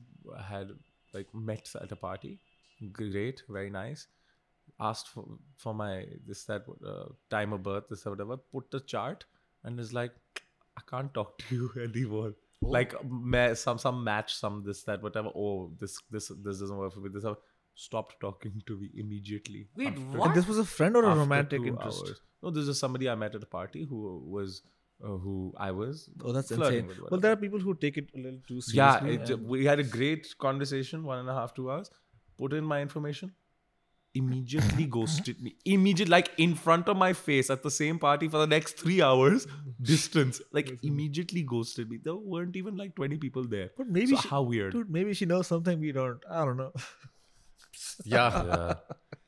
had like met at a party. Great, very nice. Asked for for my this that uh, time of birth, this that, whatever. Put the chart and is like, I can't talk to you (laughs) anymore. Oh. Like ma- some some match, some this that whatever. Oh, this this this doesn't work for me. This stopped talking to me immediately. Wait, after- what? And this was a friend or a after romantic two interest? hours. No, this is somebody I met at a party who was uh, who I was. Oh, that's flirting insane. with, Well, whatever. there are people who take it a little too seriously. Yeah, it, and- we had a great conversation, one and a half, two hours. Put in my information. (laughs) Immediately ghosted me. Immediate, like in front of my face at the same party for the next three hours, distance. Like immediately ghosted me. There weren't even like twenty people there. but maybe, so she, how weird. dude, maybe she knows something we don't. I don't know. (laughs) yeah Yeah.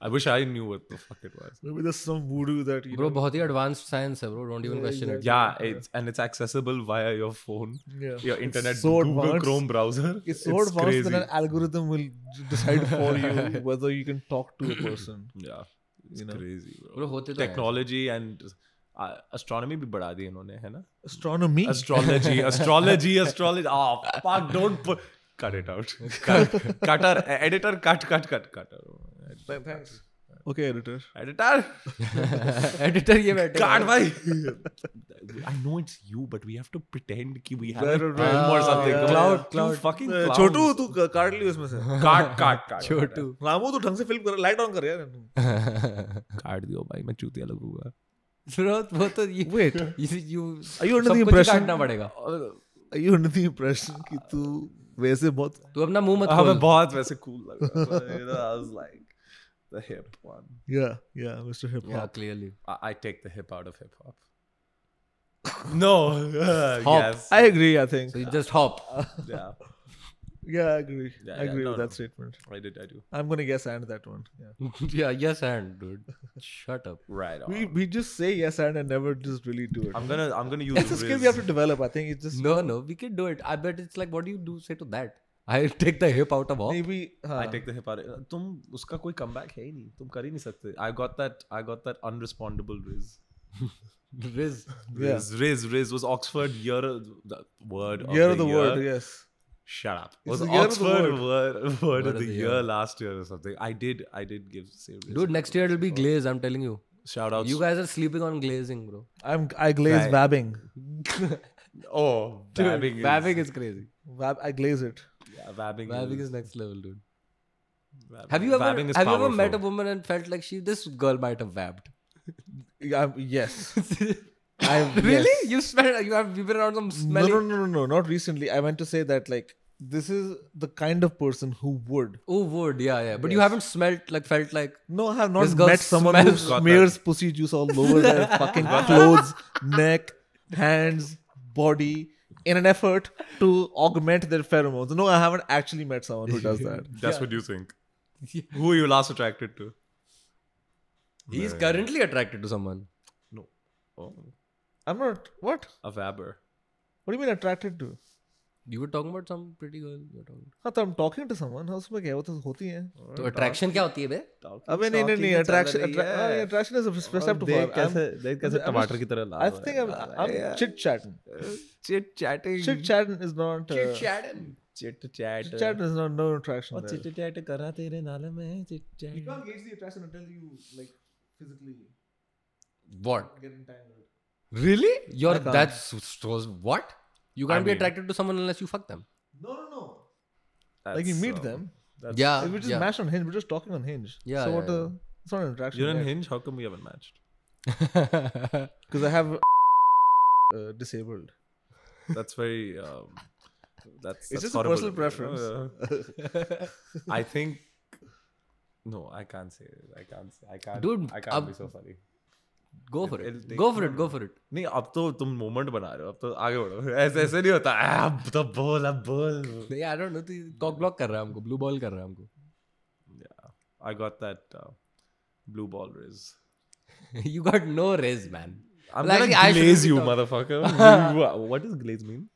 I wish I knew what the fuck it was. Maybe there's some voodoo that you bro know. बहुत ही advanced science है bro don't even Yeah, question it Yeah, it's and it's accessible via your phone, Yeah. your internet, so Google advanced. Chrome browser. It's so advanced that crazy. an algorithm will j- decide for (laughs) you whether you can talk to a person. Yeah, it's You know? crazy, bro. bro होते तो हैं technology and astronomy भी बढ़ा दी इन्होंने है ना Astronomy. Astrology astrology astrology ah Ah, fuck don't put cut e-, it out cutter editor cut cut cut cutter Th- Thanks. Okay, editor. Editor (laughs) editor ये बैठे काट भाई I know it's you but we have to pretend कि we have Right, right. or something Yeah. cloud Yeah. cloud fucking Uh, clowns. Chhotu तू क- काट लियो इसमें से काट काट काट छोटू रामू तू तो ढंग से फिल्म कर लाइट ऑन कर यार काट दियो भाई मैं चूतिया लगूंगा bro वो तो ये Wait. you, you Are you under the सब कुछ impression- काटना पड़ेगा Are you under the impression कि तू वैसे बहुत तू अपना मुंह हाँ, मत हमें खोल बहुत वैसे cool लग रहा था you know, (laughs) I was like the hip one yeah yeah mister hip yeah hop clearly I, I take the hip out of hip hop. no, uh, Hop. yes, I agree, I think. so you just hop (laughs) yeah, Yeah, I agree. Yeah, I yeah, agree no, with that no. statement. I did, I do. I'm gonna guess and that one. Yeah. yeah yes and dude shut up Right on. We we just say yes and and never just really do it. I'm gonna, I'm gonna use. That's a skill Riz. we have to develop. I think it's just no no we can do it I bet it's like what do you do say to that I (laughs) take the hip out of hop maybe. I (laughs) हाँ. take the hip out. of- uh, तुम उसका कोई comeback है ही नहीं. तुम कर ही नहीं सकते. I got that, I got that unrespondable Riz. Riz Yeah. Riz, Riz, Riz was Oxford year of the word. Year of of the the word. Yes. Shut up. It's was the year of the Oxford word. word, word of the, year. year. last year or something. I did. I did give. Save Dude, next year it'll be glaze. I'm telling you. Shout outs. You guys are sleeping on glazing, bro. I'm I glaze Right. vabbing. oh, Dude, vabbing. is- vabbing is crazy. Vab, I glaze it. yeah, vabbing. Vabbing is next level, dude. vabbing- Have you ever have vabbing you is ever powerful. met a woman and felt like she this girl might have vabbed? (laughs) Yeah, I'm- (laughs) yes. I really? You smell you have you've been around some No, smelly. no, no, no, no, not recently. I meant to say that like this is the kind of person who would. Oh wood, yeah, yeah. But you Yes. haven't smelt like felt like No, I have This not girl met someone who smells- Got smears pussy juice all over (laughs) their fucking clothes, neck, hands, body in an effort to augment their pheromones. No, I haven't actually met someone who does (laughs) that. That's what you think. Who are you last attracted to? he's currently attracted to someone. No. Oh, I'm not. What? a vabber. What do you mean attracted to? You were talking about some pretty girl. You were talking हाँ तो I am talking to someone हाँ उसमें क्या वो तो होती है तो अट्रैक्शन क्या होती है बे अबे नहीं नहीं नहीं अट्रैक्शन oh, अट्रैक्शन इज और स्पेसिफिक देख कैसे देख कैसे टमाटर की तरह लाल I think I am chit chatting chit chatting chit chatting is not chit chit chat chat is not no attraction chit chat कर रहा तेरे नाले में chit chat can't gauge the attraction until you like physically What? get entangled. Really? You're I can't. that's so, what? You can't I be mean- attracted to someone unless you fuck them. No, no, no. like you meet them. yeah. we just Ah, yeah. mash on Hinge. We're just talking on Hinge. Yeah, So yeah, what? yeah. Uh, it's not an attraction. You're on Hinge. How come we haven't matched? Because I have uh, disabled. That's very. Um, It's that's that's just a horrible. personal preference. Uh, (laughs) I think. No, I can't say. it. I can't. Say, I can't. Dude, I can't ab- be so funny. go for It'll it. take- Go for it. Go for it. (laughs) नहीं अब तो तुम moment बना रहे हो अब तो आगे बढ़ो ऐसे ऐसे नहीं होता "आ, अब तो बोल अब बोल नहीं आई डोंट नो तू कॉक ब्लॉक कर रहा है हमको ब्लू बॉल कर रहा है (laughs) हमको I got that uh, blue ball raise. You got no raise man I'm Like, gonna I shouldn't glaze be you, talking. motherfucker. (laughs) Wha- what does glaze mean?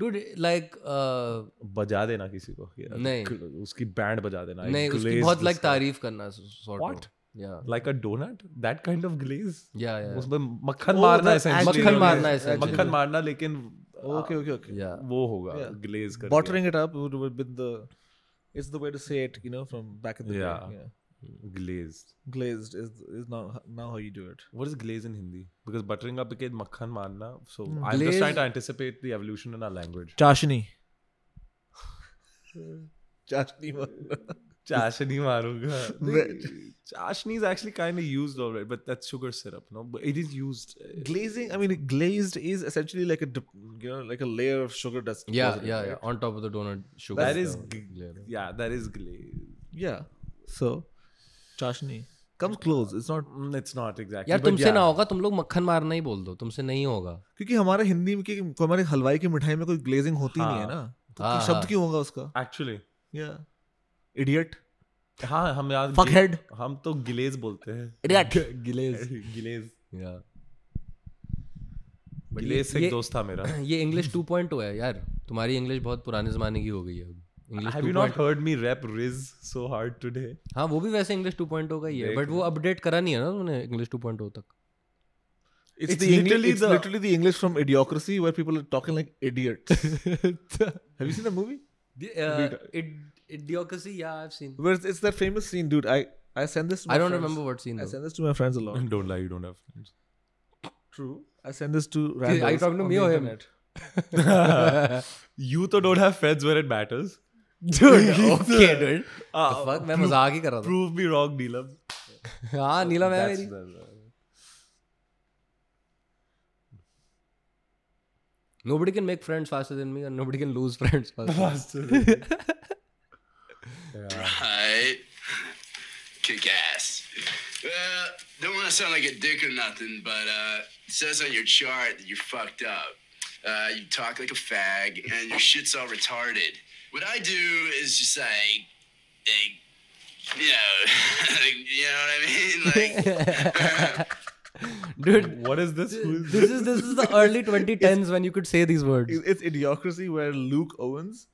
Dude like uh, बजा देना किसी को yeah. नहीं। Gl- उसकी band बजा देना I नहीं उसकी glazed बहुत this लाइक guy. तारीफ करना सॉर्ट What? या like a donut that kind of glaze या या उसमें मक्खन Oh, मारना that essentially actually मक्खन glaze. मारना is- essentially. मक्खन मारना लेकिन Ah, uh, Okay, okay, okay. या वो होगा Yeah. ग्लेज कर Buttering it up would have been the. It's the way to say it, you know, from back in the Yeah. day. Yeah. Hmm, glazed Glazed is is now now how you do it. what is glaze in hindi because buttering up became makhan marna so i'm Glaze- just trying to anticipate the evolution in our language (laughs) Chashni. Chashni. man. Chashni (laughs) maruga. Right. Chashni is actually kind of used already, but that's sugar syrup. No, but it is used. uh, Glazing. I mean, glazed is essentially like a dip- you know like a layer of sugar that's या deposited, या right? या on top of the donut sugar That is, g- yeah, that is glaze. Yeah. So, Chashni comes close. It's not Mm, It's not exactly. यार but तुमसे yeah. ना होगा तुम लोग मक्खन मारना ही बोल दो तुमसे नहीं होगा क्योंकि हमारे हिंदी में की हमारे हलवाई की मिठाई में कोई ग्लेजिंग होती नहीं है हाँ। ना तो हाँ, कि- शब्द हाँ। क्यों होगा उसका Actually, या इडियट हाँ हम यार Fuck गिल- head. हम तो गिलेज बोलते (laughs) हैं (laughs) गिलेज गिलेज या गिलेज से एक दोस्त था मेरा (coughs) (clears throat) ये इंग्लिश 2.0 है यार तुम्हारी इंग्लिश बहुत पुराने जमाने की हो गई है अब English have you not heard me rap rizz so hard today हाँ वो भी वैसे इंग्लिश 2.0 का ही है देख बट वो अपडेट करा नहीं है ना उन्होंने इंग्लिश 2.0 तक It's, It's the English, literally it's the- literally the English from idiocracy where people are talking like idiots. (laughs) Have you seen the movie? uh, idiocracy yeah i've seen Where it's, it's that famous scene, dude. I, I send this to my i don't friends. remember what scene I though. send this to my friends a lot. Don't lie you don't have friends True. I send this to randos are you talking to on me the or him? internet. You तो don't have friends where it matters (laughs) dude (laughs) okay dude Ah, The fuck मैं मजाक ही कर रहा prove me wrong Neelam था हाँ नीलम है मेरी nobody can make friends faster than me and nobody can lose friends faster (laughs) Alright. Kick ass. Well, don't want to sound like a dick or nothing, but uh, it says on your chart that you're fucked up. Uh, you talk like a fag, and your shit's all retarded. What I do is just like, like you know, (laughs) you know what I mean? Like, dude What is this? Who is this is this is the early 2010s when you could say these words It- It's idiocracy where Luke Owens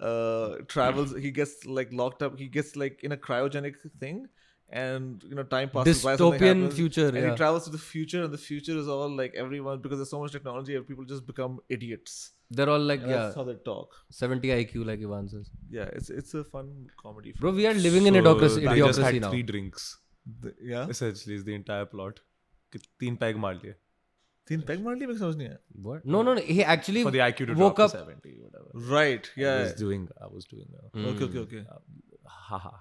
uh, travels. He gets like locked up. He gets like in a cryogenic thing, and you know time passes by something Dystopian happens, future, and yeah. he travels to the future and the future is all like everyone because there's so much technology and people just become idiots They're all like And yeah, that's how they talk 70 IQ like Ivan says. yeah it's it's a fun comedy Bro, film. we are living in a So idiocracy, they just idiocracy had now. three drinks The- yeah essentially is the entire plot कि तीन peg मार लिए तीन peg मार लिए मेरे को समझ नहीं आया What? No, no, no. He actually for the IQ to woke drop to up. 70 whatever right I yeah was doing I was doing uh, okay okay okay haha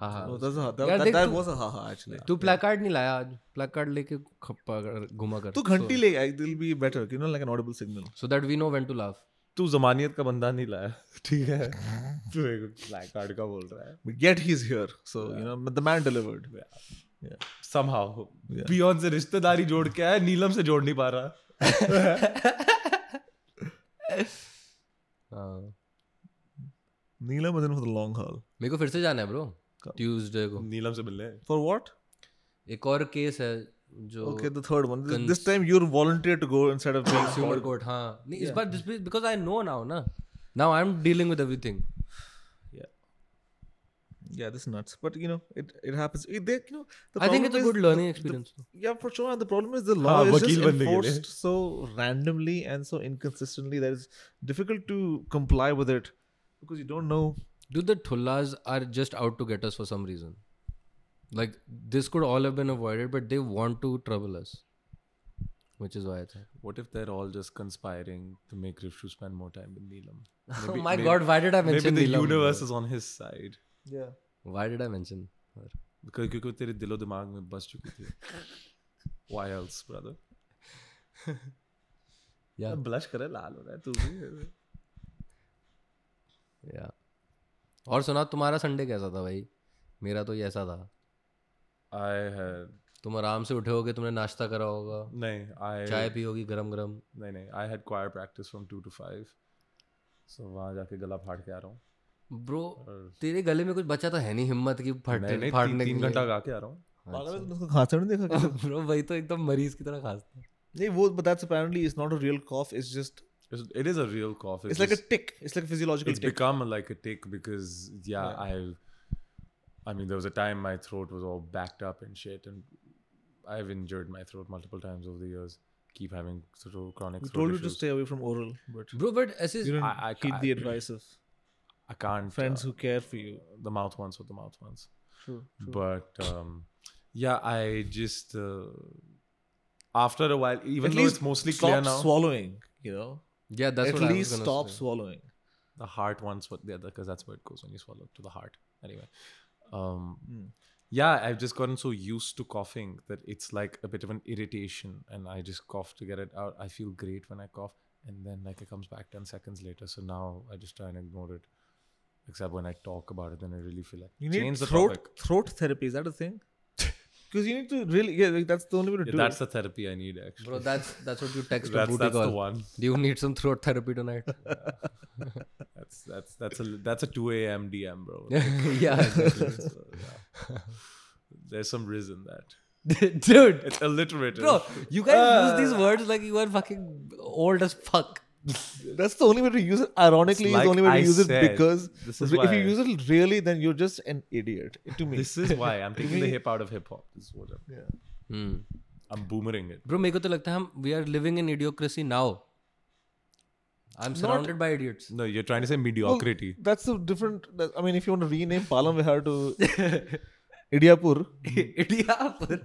Hmm. हाँ, no, हाँ. that's a, that, Yeah, that, देख that तू- was a haha actually तू placard नहीं लाया आज placard लेके खप्पा कर- घुमा कर तू घंटी ले I will be better you know like an audible signal so that we know when to laugh. तू जमानियत का बंदा नहीं (laughs) लाया ठीक है तू एक ब्लैक कार्ड का बोल रहा है yet he's here so you know but the man delivered somehow beyond से रिश्तेदारी जोड़ के आया नीलम से जोड़ नहीं पा रहा हाँ. neelam is in for the long haul मेरे को फिर से जाना है ब्रो ट्यूसडे को नीलम से मिलने for what एक और केस है जो okay the third one this, this time you're volunteer to go instead (coughs) of being consumer court हाँ नहीं इस बार this because I know now ना now I am dealing with everything yeah this is nuts but you know it it happens It- they, you know the I problem think it's a is good the- learning experience yeah for sure and the problem is the law हाँ, is वकील just बनने के लिए। enforced so randomly and so inconsistently that it's difficult to comply with it because you don't know dude the thullas are just out to get us for some reason like this could all have been avoided but they want to trouble us which is why i (laughs) thought What if they're all just conspiring to make Rifshu spend more time with Neelam? (laughs) oh my god why did i Maybe mention the Neelam? universe is on his side. yeah why did i mention her? Because क्योंकि वो तेरे दिलो दिमाग में बस चुकी थी. Why else, brother? Yeah. Blush करे लाल हो रहा है तू भी yeah और सुना तुम्हारा संडे कैसा था भाई मेरा तो ये ऐसा था I had तुम आराम से उठे होगे तुमने नाश्ता करा होगा नहीं I चाय पी होगी गरम गरम नहीं नहीं I had choir practice from 2 to 5 so वहाँ जाके गला फाड़ के आ रहा हूँ ब्रो तेरे गले में कुछ बचा तो है नहीं हिम्मत की नहीं फटने नहीं फाड़ने ती, तीन घंटा गा के आ रहा हूँ पागल है, (laughs) तुमने उसको खाते हुए नहीं देखा क्या? (laughs) ब्रो हाँ वही तो एकदम मरीज की तरह खांसता है। नहीं वो but that's apparently it's not a real cough it's just It's- It is a real cough. it's like a just- tick it's like a physiological it's tick become like a tick because yeah, I've I mean there was a time my throat was all backed up and shit and I've injured my throat multiple times over the years. Keep having sort of chronic we throat told you to issues. stay away from oral but bro but ऐसे you didn't I- I keep the can't. advice of I can't friends uh, who care for you the mouth once with the mouth once. true But um, yeah, I just uh, after a while, even at though least it's mostly stop clear now, swallowing you know Yeah, that's at what I was least gonna stop say. swallowing the heart wants what the other because that's where it goes when you swallow to the heart anyway um Hmm. yeah i've just gotten so used to coughing that it's like a bit of an irritation and i just cough to get it out i feel great when i cough and then like it comes back 10 seconds later so now i just try and ignore it except when i talk about it then i really feel like you need change the throat topic throat therapy is that a (laughs) thing because you need to really yeah like, that's the only way to Yeah, do that's it the therapy i need actually (laughs) Bro, that's that's what you text to that's, booty that's the call. one Do you need some throat therapy tonight? (laughs) that's that's (laughs) that's a that's a 2 a.m dm bro yeah, (laughs) So, yeah. there's some riz in that dude. it's alliterative Bro, you guys Ah. use these words like you are fucking old as fuck. that's the only way to use it ironically It's is the only way like to I use said, it because this is re- if you why- use it really then you're just an idiot to me This is why I'm taking the hip out of hip hop. This is what I'm, Hmm. I'm boomering it. Bro, मेरे को तो लगता है हम we are living in idiocracy now. I'm surrounded by idiots. (laughs) No, you're trying to say mediocrity. that's a different that, i mean if you want to rename palam vihar (laughs) to idiapur Idiot.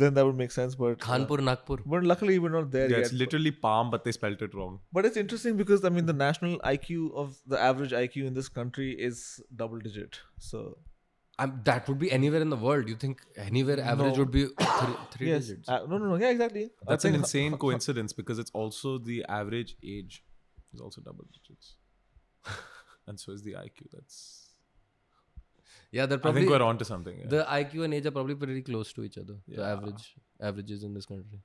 then that would make sense but uh, Kanpur, Nagpur. but luckily we're not there yeah, yet it's literally palm, but they spelt it wrong. But it's interesting because I mean the national IQ of the average IQ in this country is double digit. So I'm, that would be anywhere in the world. You think anywhere average would (coughs) be three, three yes, digits? uh, no, no, no, yeah, exactly. I That's an think- insane coincidence because it's also the average age is also double digits, and so is the IQ. That's Yeah, they're I probably think we're onto something. yeah. the IQ and age are probably pretty close to each other. The Yeah. average averages in this country.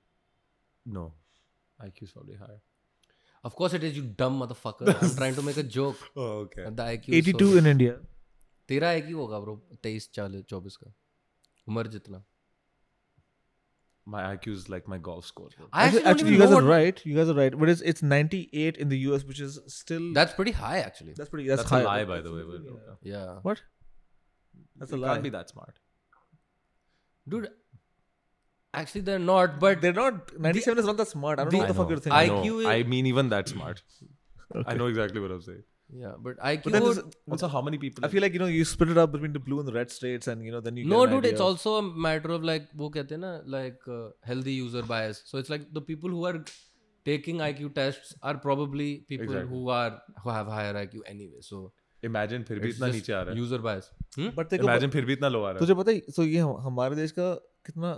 no, IQ is probably higher. Of course it is, you dumb (laughs) motherfucker. I'm trying to make a joke. Oh, okay. The IQ is so- 82 in India. तेरा IQ होगा bro 23 40 24 का उम्र जितना My IQ is like my golf score. I actually, actually, don't actually, you even guys know are what- right. You guys are right. But it's it's 98 in the US, which is still That's pretty high actually. that's pretty that's, That's high. a lie, by the way. But okay. yeah. What? That's a You lie. can't be that smart. dude. Actually, they're not, but They're not. 97 is not that smart. I don't the- know what the I fuck know. you're thinking. No, IQ is- I mean even that smart. I know exactly what I'm saying. yeah, but IQ. But then would- there's- Also, how many people? मतलब I feel like you know you split it up between the blue and the red states, and you know then you. no get an dude idea it's of- also a matter of like वो कहते हैं ना like uh, healthy user bias so it's like the people who are taking IQ tests are probably people Exactly. who are who have higher IQ anyway so imagine फिर भी it's इतना just नीचे आ रहा user bias hmm? But they है. Imagine फिर भी इतना low आ रहा तुझे तो पता है सो ये हम- हमारे देश का कितना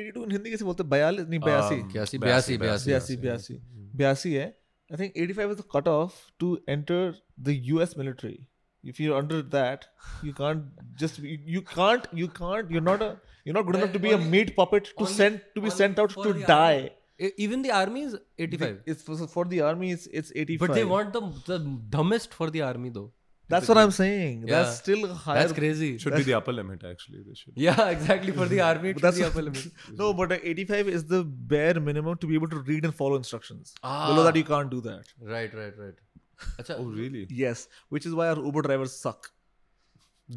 एटी टू हिंदी कैसे बोलते हैं बयालीस नहीं हाँ, बयासी Um, इक्यासी बयासी, बयासी, बयासी हाँ, बयासी हम्म। बयासी बयासी बयासी है I think eighty five is the cut off to enter the U S military if you under that you can't just you can't you can't you're not a you're not good enough to be a meat puppet to only- send to be only- sent out for to the die E- even the army is 85 it's for, for the army it's, it's 85 but they want the the dumbest for the army though that's what i'm saying that's Yeah. still higher that's crazy है. Should be the upper limit actually. They should. yeah (laughs) exactly for the (laughs) army But it should that's be upper limit (laughs) no, but uh, 85 is the bare minimum to be able to read and follow instructions. Below Ah. that, you can't do that. right right right अच्छा Oh really? Yes, which is why our Uber drivers suck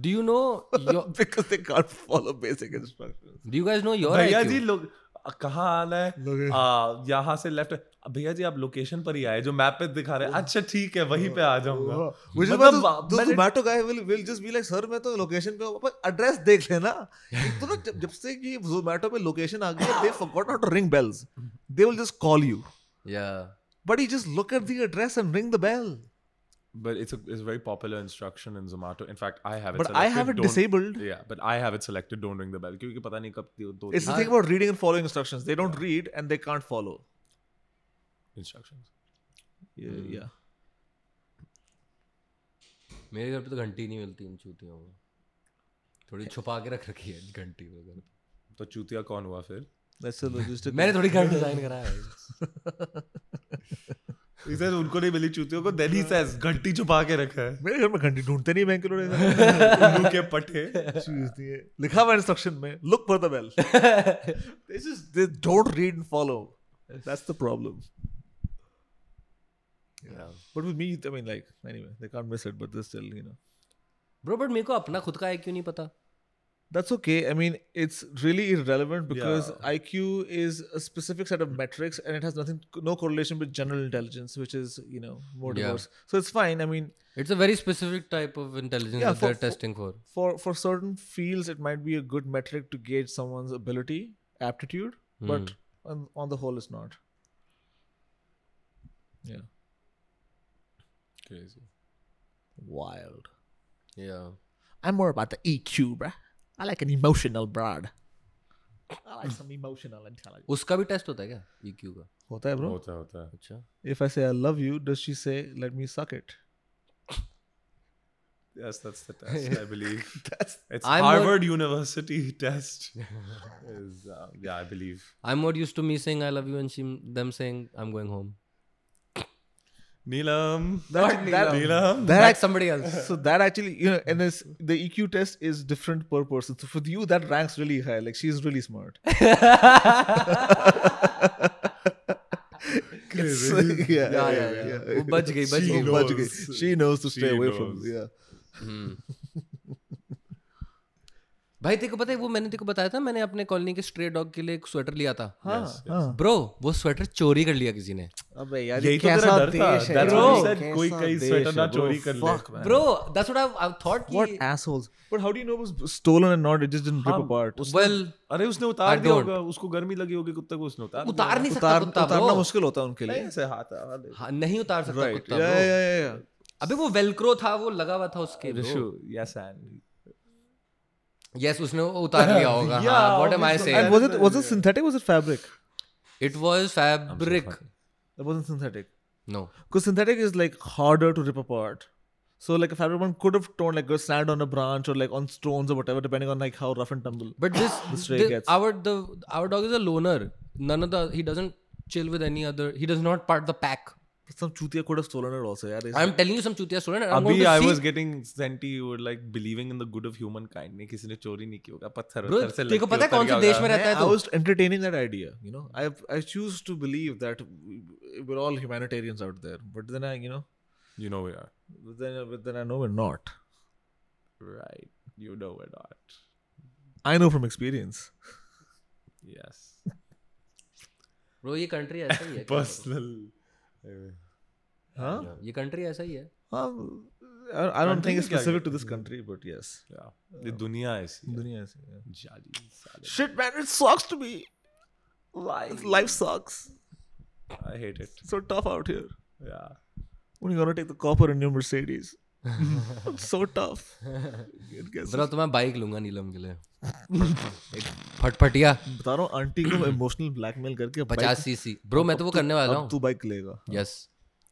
do you know your (laughs) because they can't follow basic instructions. do you guys know your भैया IQ जी लोग अ, कहाँ आना है लोगे- आ, यहाँ से लेफ्ट भैया जी आप लोकेशन पर ही आए जो मैप पे दिखा रहे हैं अच्छा ठीक है वहीं पे आ जाऊंगा Which is why मतलब the, the मैंने- Zomato guy will, will just be like, sir, मैं तो location पे हूँ, पर address देख लेना. एक तो ना जब जब से ये Zomato पे location आ गई है, they forgot how to ring bells. They will just call you. yeah But you just look at the address and ring the bell. But it's a it's a very popular instruction in Zomato. In fact, I have it. But selected, I have it don't- disabled. Yeah, but I have it selected. Don't ring the bell. क्योंकि पता नहीं कब दो दो It's the हाँ। thing about reading and following instructions. They don't read and they can't follow. instructions. Yeah, yeah. मेरे घर पे तो घंटी नहीं मिलती इन चूतियों में थोड़ी छुपा के रख रखी है घंटी मेरे घर पे। तो चूतिया कौन हुआ फिर? That's a logistic. मैंने थोड़ी तो घर डिजाइन कराया है He says उनको नहीं मिली चूतियों को. Then he says घंटी छुपा के रखा है. मेरे घर में घंटी ढूंढते नहीं बैंक उल्लू के पटे. लिखा हुआ इंस्ट्रक्शन में look for the (laughs) bell this is they don't read and follow that's the problem but with me I mean like anyway they can't miss it but this still you know bro but मेरे को अपना खुद का IQ नहीं पता That's okay. I mean, it's really irrelevant because Yeah. IQ is a specific set of metrics and it has nothing, no correlation with general intelligence, which is, you know, more Yeah. diverse. So it's fine. I mean, it's a very specific type of intelligence Yeah, that for- they are for- testing for for for certain fields it might be a good metric to gauge someone's ability aptitude but on, on the whole it's not yeah Crazy. wild या i'm more about the eq bruh i like an emotional broad i like (laughs) some emotional intelligence उसका भी test होता है क्या EQ का होता है bro होता है, होता है. अच्छा if i say i love you does she say let me suck it Yes, that's the test. I believe (laughs) (laughs) that's it's I'm not- Harvard University (laughs) test. Is uh, yeah, I believe. I am not used to me saying I love you and she them saying I am going home Neelam. that, that, Neelam. that (laughs) that's somebody else so that actually you know and this the eq test is different per person so for you that ranks really high like she's really (laughs) smart It's- (laughs) yeah, yeah, yeah, वो बच गई बच She गई knows. She knows to stay She away from. knows. Yeah. भाई तेरे को पता है वो मैंने तेरे को बताया था मैंने अपने कॉलोनी के स्ट्रे डॉग के लिए एक स्वेटर लिया था हाँ। Yes, yes. ब्रो वो स्वेटर चोरी कर लिया किसी ने अबे यार यही तो तेरा डर था दैट्स bro. व्हाट said कोई कहीं स्वेटर ना चोरी कर ले Fuck, man. Bro that's what I I thought What assholes? But how do you know it was stolen and not? It just didn't rip हाँ, apart. वेल अरे उसने I उतार दिया don't. होगा उसको गर्मी लगी होगी कुत्ते को उसने उतार उतार नहीं सकता उतार, कुत्ता उतारना bro मुश्किल होता है उनके लिए. ऐसे हाथ आ- आ- हाँ, नहीं उतार सकता Right. कुत्ता Yeah, yeah, bro yeah, yeah. अबे वो वेलक्रो था वो लगा हुआ था उसके रिशु यस एंड यस उसने वो उतार (laughs) लिया होगा हाँ, Yeah, हां what am I obviously. And saying was it was it synthetic? Was it fabric? It was fabric It wasn't synthetic. No Because synthetic is like harder to rip apart. So like a fabric one could have torn like a sand on a branch or like on stones or whatever, depending on like how rough and tumble. But (laughs) this, stray the, gets- our the our dog is a loner. None of the he doesn't chill with any other. He does not part the pack. Some chutia could have stolen it also. Yeah, I'm telling you some chutia story. and I'm going अभी to I see. Was getting senti you were like believing in the good of humankind नहीं किसी ने चोरी नहीं की होगा पत्थर Bro, उत्थर से तेरे को लग के पता है कौन उतर से गया देश में होगा। रहता है तो? I तू was entertaining that idea. You know, I I choose to believe that we're all humanitarians out there, but then I, you know, You know we are. But then, but then I know we're not. Right. You know we're not. I know from experience. (laughs) Yes. Bro ये country ऐसा (laughs) ही है क्या? Personal. Huh? ये country ऐसा ही है Um, I, I don't think it's Country क्या specific to कहते this country, but yes. Yeah. ये दुनिया ऐसी है. Duniya ऐसी है. जाली साले. Shit, man, it sucks to be. Life, life sucks. I hate it. It's so tough out here. Yeah. When you're gonna take the copper in your (laughs) Mercedes, it's so tough. It gets. Bro तो मैं bike लूंगा नीलम के लिए (laughs) एक फटफटिया बता रहा हूँ aunty (clears throat) को इमोशनल ब्लैकमेल करके bike- पचास सीसी ब्रो मैं तो वो करने वाला अब हूँ तू बाइक लेगा यस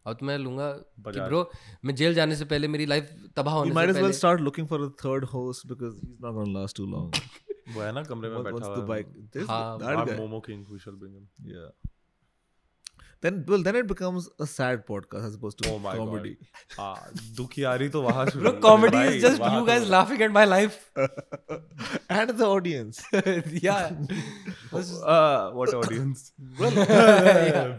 अब तो मैं लूंगा कि बजाज। ब्रो मैं जेल जाने से पहले मेरी लाइफ तबाह You होने might से as well पहले start looking for a third host because he's not gonna last too (laughs) long. वो है ना कमरे में Once बैठा once हुआ the है. bike, this हाँ, that Our guy. Momo King, we shall bring him. Yeah. Then well, then it becomes a sad podcast as opposed to Oh my comedy. god. हाँ, दुखी आ रही तो वहां शुरू ब्रो होती है कॉमेडी भाई, इज जस्ट वहाँ यू तो- guys laughing at my (laughs) life And the audience. (laughs) या Uh, what audience?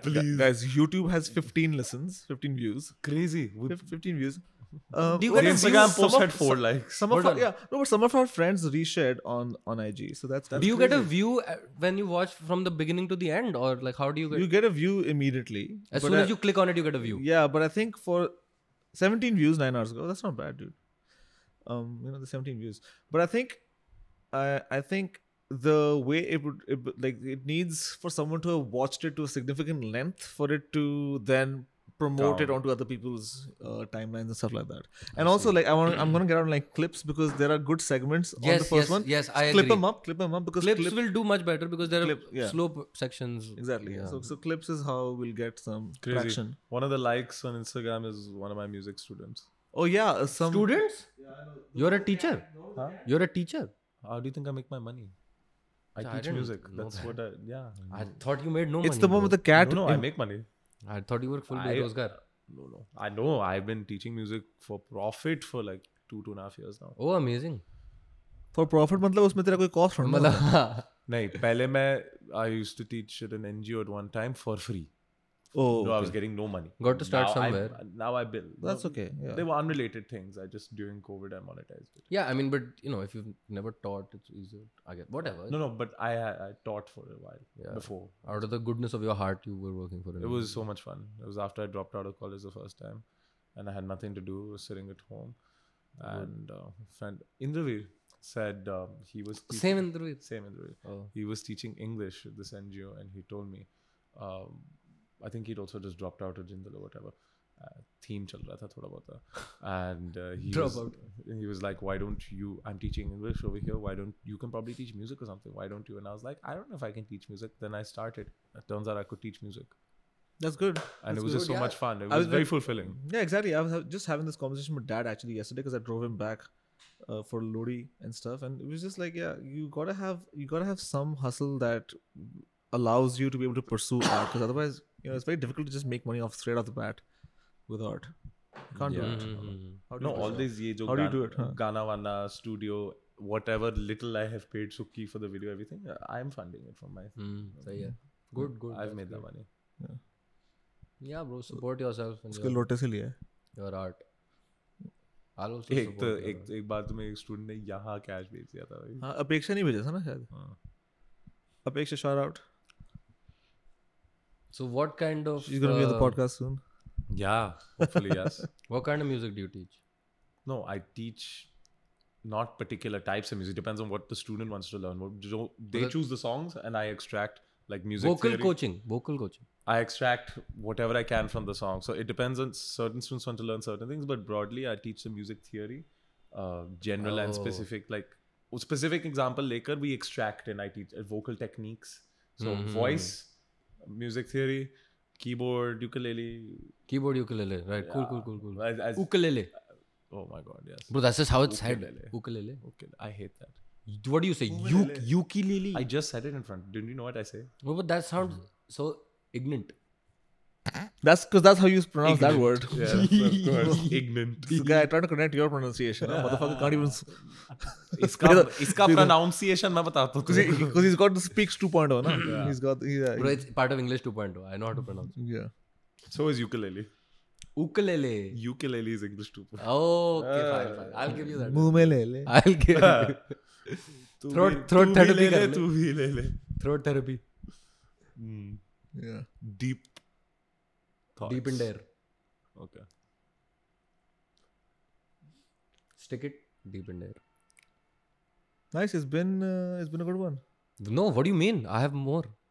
Please. Guys, YouTube has 15 listens, 15 views. Crazy. We, Fif- 15 views. Um, Do you what guys is see Instagram views? post Some had of- four some- likes. Some of Hold our, on. yeah, no, but some of our friends reshared on on IG, so that's. that's Do you get a crazy. view uh, when you watch from the beginning to the end, or like how do you get? You get a view immediately. as but soon I- as you click on it, you get a view. Yeah, but I think for 17 views nine hours ago, that's not bad, dude. Um, you know the 17 views, but I think, I I think the way it would it, would- like it needs for someone to have watched it to a significant length for it to then promote it Down. onto other people's uh, timelines and stuff like that. And also like I want I'm gonna get on like clips because there are good segments on the Mm-hmm. Yes, first yes, one. yes. I clip agree. them up, clip them up because Clips clip- will do much better because there Clip, are yeah. slow p- sections. exactly. Yeah. So so clips is how we'll get some Crazy. traction. One of the likes on Instagram is one of my music students. Oh yeah, uh, some Students, you're a teacher. Huh? You're a teacher. How do you think I make my money? I Yeah, I teach didn't music. know That's what I yeah. I thought you made no money. It's the one with the cat. no, no, I in- make money. bro. I thought you were full I- bezrogar. No, no. I know. I've been teaching music for profit for like two, two and a half years now. Oh, amazing. For profit मतलब उसमें तेरा कोई cost होना मतलब (laughs) मतलब नहीं पहले मैं I used to teach at an NGO at one time for free. Oh No, I was getting no money. Got to start now somewhere. I, now I bill. That's No, okay They were unrelated things. I just during COVID I monetized it. yeah, I mean, but you know, if you've never taught, it's easier. I guess whatever. No, no, but I I taught for a while Yeah. before. Out of the goodness of your heart, you were working for It was so much fun. It was after I dropped out of college the first time, and I had nothing to do. I was sitting at home, and uh, friend Indraveer said um, he was same in the way. same Indraveer. Oh. He was teaching English at this NGO, and he told me, um, I think he'd also just dropped out of Jindal or whatever. Uh, theme chal raha tha thoda bahut tha. and uh, he Drop was, he was like why don't you i'm teaching english over here why don't you can probably teach music or something why don't you and i was like i don't know if i can teach music then i started it turns out i could teach music that's good and it was just so good, much fun it I was was very like- fulfilling Yeah, exactly. I was ha- just having this conversation with dad actually yesterday because I drove him back uh, for Lodi and stuff, and it was just like, yeah, you gotta have you gotta have some hustle that allows you to be able to pursue (coughs) art because otherwise, you know, it's very difficult to just make money off straight off the bat with art. You can't Yeah. do Mm-hmm. it. How do no you all pursue these ye jo How do you gan- do it, huh? Gana Wana studio whatever little i have paid sukki for the video everything uh, i'm funding it from my सही है good good Mm-hmm. i've made that money या bro support yourself art? उसके लोटे से लिया है your art I also एक तो एक एक बार तो मेरे एक स्टूडेंट ने यहाँ कैश भेज दिया था भाई हाँ अपेक्षा नहीं भेजा था ना शायद हाँ। Apeksha shout out so what kind of she's gonna be on Uh, the podcast soon Yeah, hopefully yes. (laughs) What kind of music do you teach No, I teach not particular types of music. Depends on what the student wants to learn. What- so They Well, choose the songs, and I extract like music vocal theory. Coaching vocal coaching I extract whatever I can from the song. So it depends on certain students want to learn certain things, but broadly, I teach the music theory, uh, general and Oh. specific. Like a specific example later, we extract and I teach uh, vocal techniques. So voice, music theory, keyboard, ukulele. uh, keyboard ukulele right cool cool cool cool As, as, ukulele oh my god, yes. Bro that's how it's head Ukulele. ukulele Okay, I hate that. What do you say you ukulele I just said it in front. Didn't you know what I say? No but that sounds so ignorant that's because that's how you pronounce that word (laughs) Yeah, of course. (laughs) (laughs) Ignorant. This guy trying to connect your pronunciation. huh? Motherfucker can't even. (laughs) इसका इसका pronunciation मैं बताता हूँ तुझे. (laughs) Because he's got the speaks 2.0, oh, na? He's got. (laughs) uh, Yeah. oh. bro it's part of english 2.0 i know how to pronounce yeah. So is ukulele. Ukulele. ukulele is English too. Okay, fine, fine. I'll give you that. मुंह में ले ले I'll give you तू Throat- भी- तू throat भी therapy ले कर ले, ले। तू भी ले ले. throat therapy. yeah. Deep thoughts. Hmm. Deep in there. Okay. Stick it deep in there. nice it's been uh, it's been a good one No, what do you mean? I have more.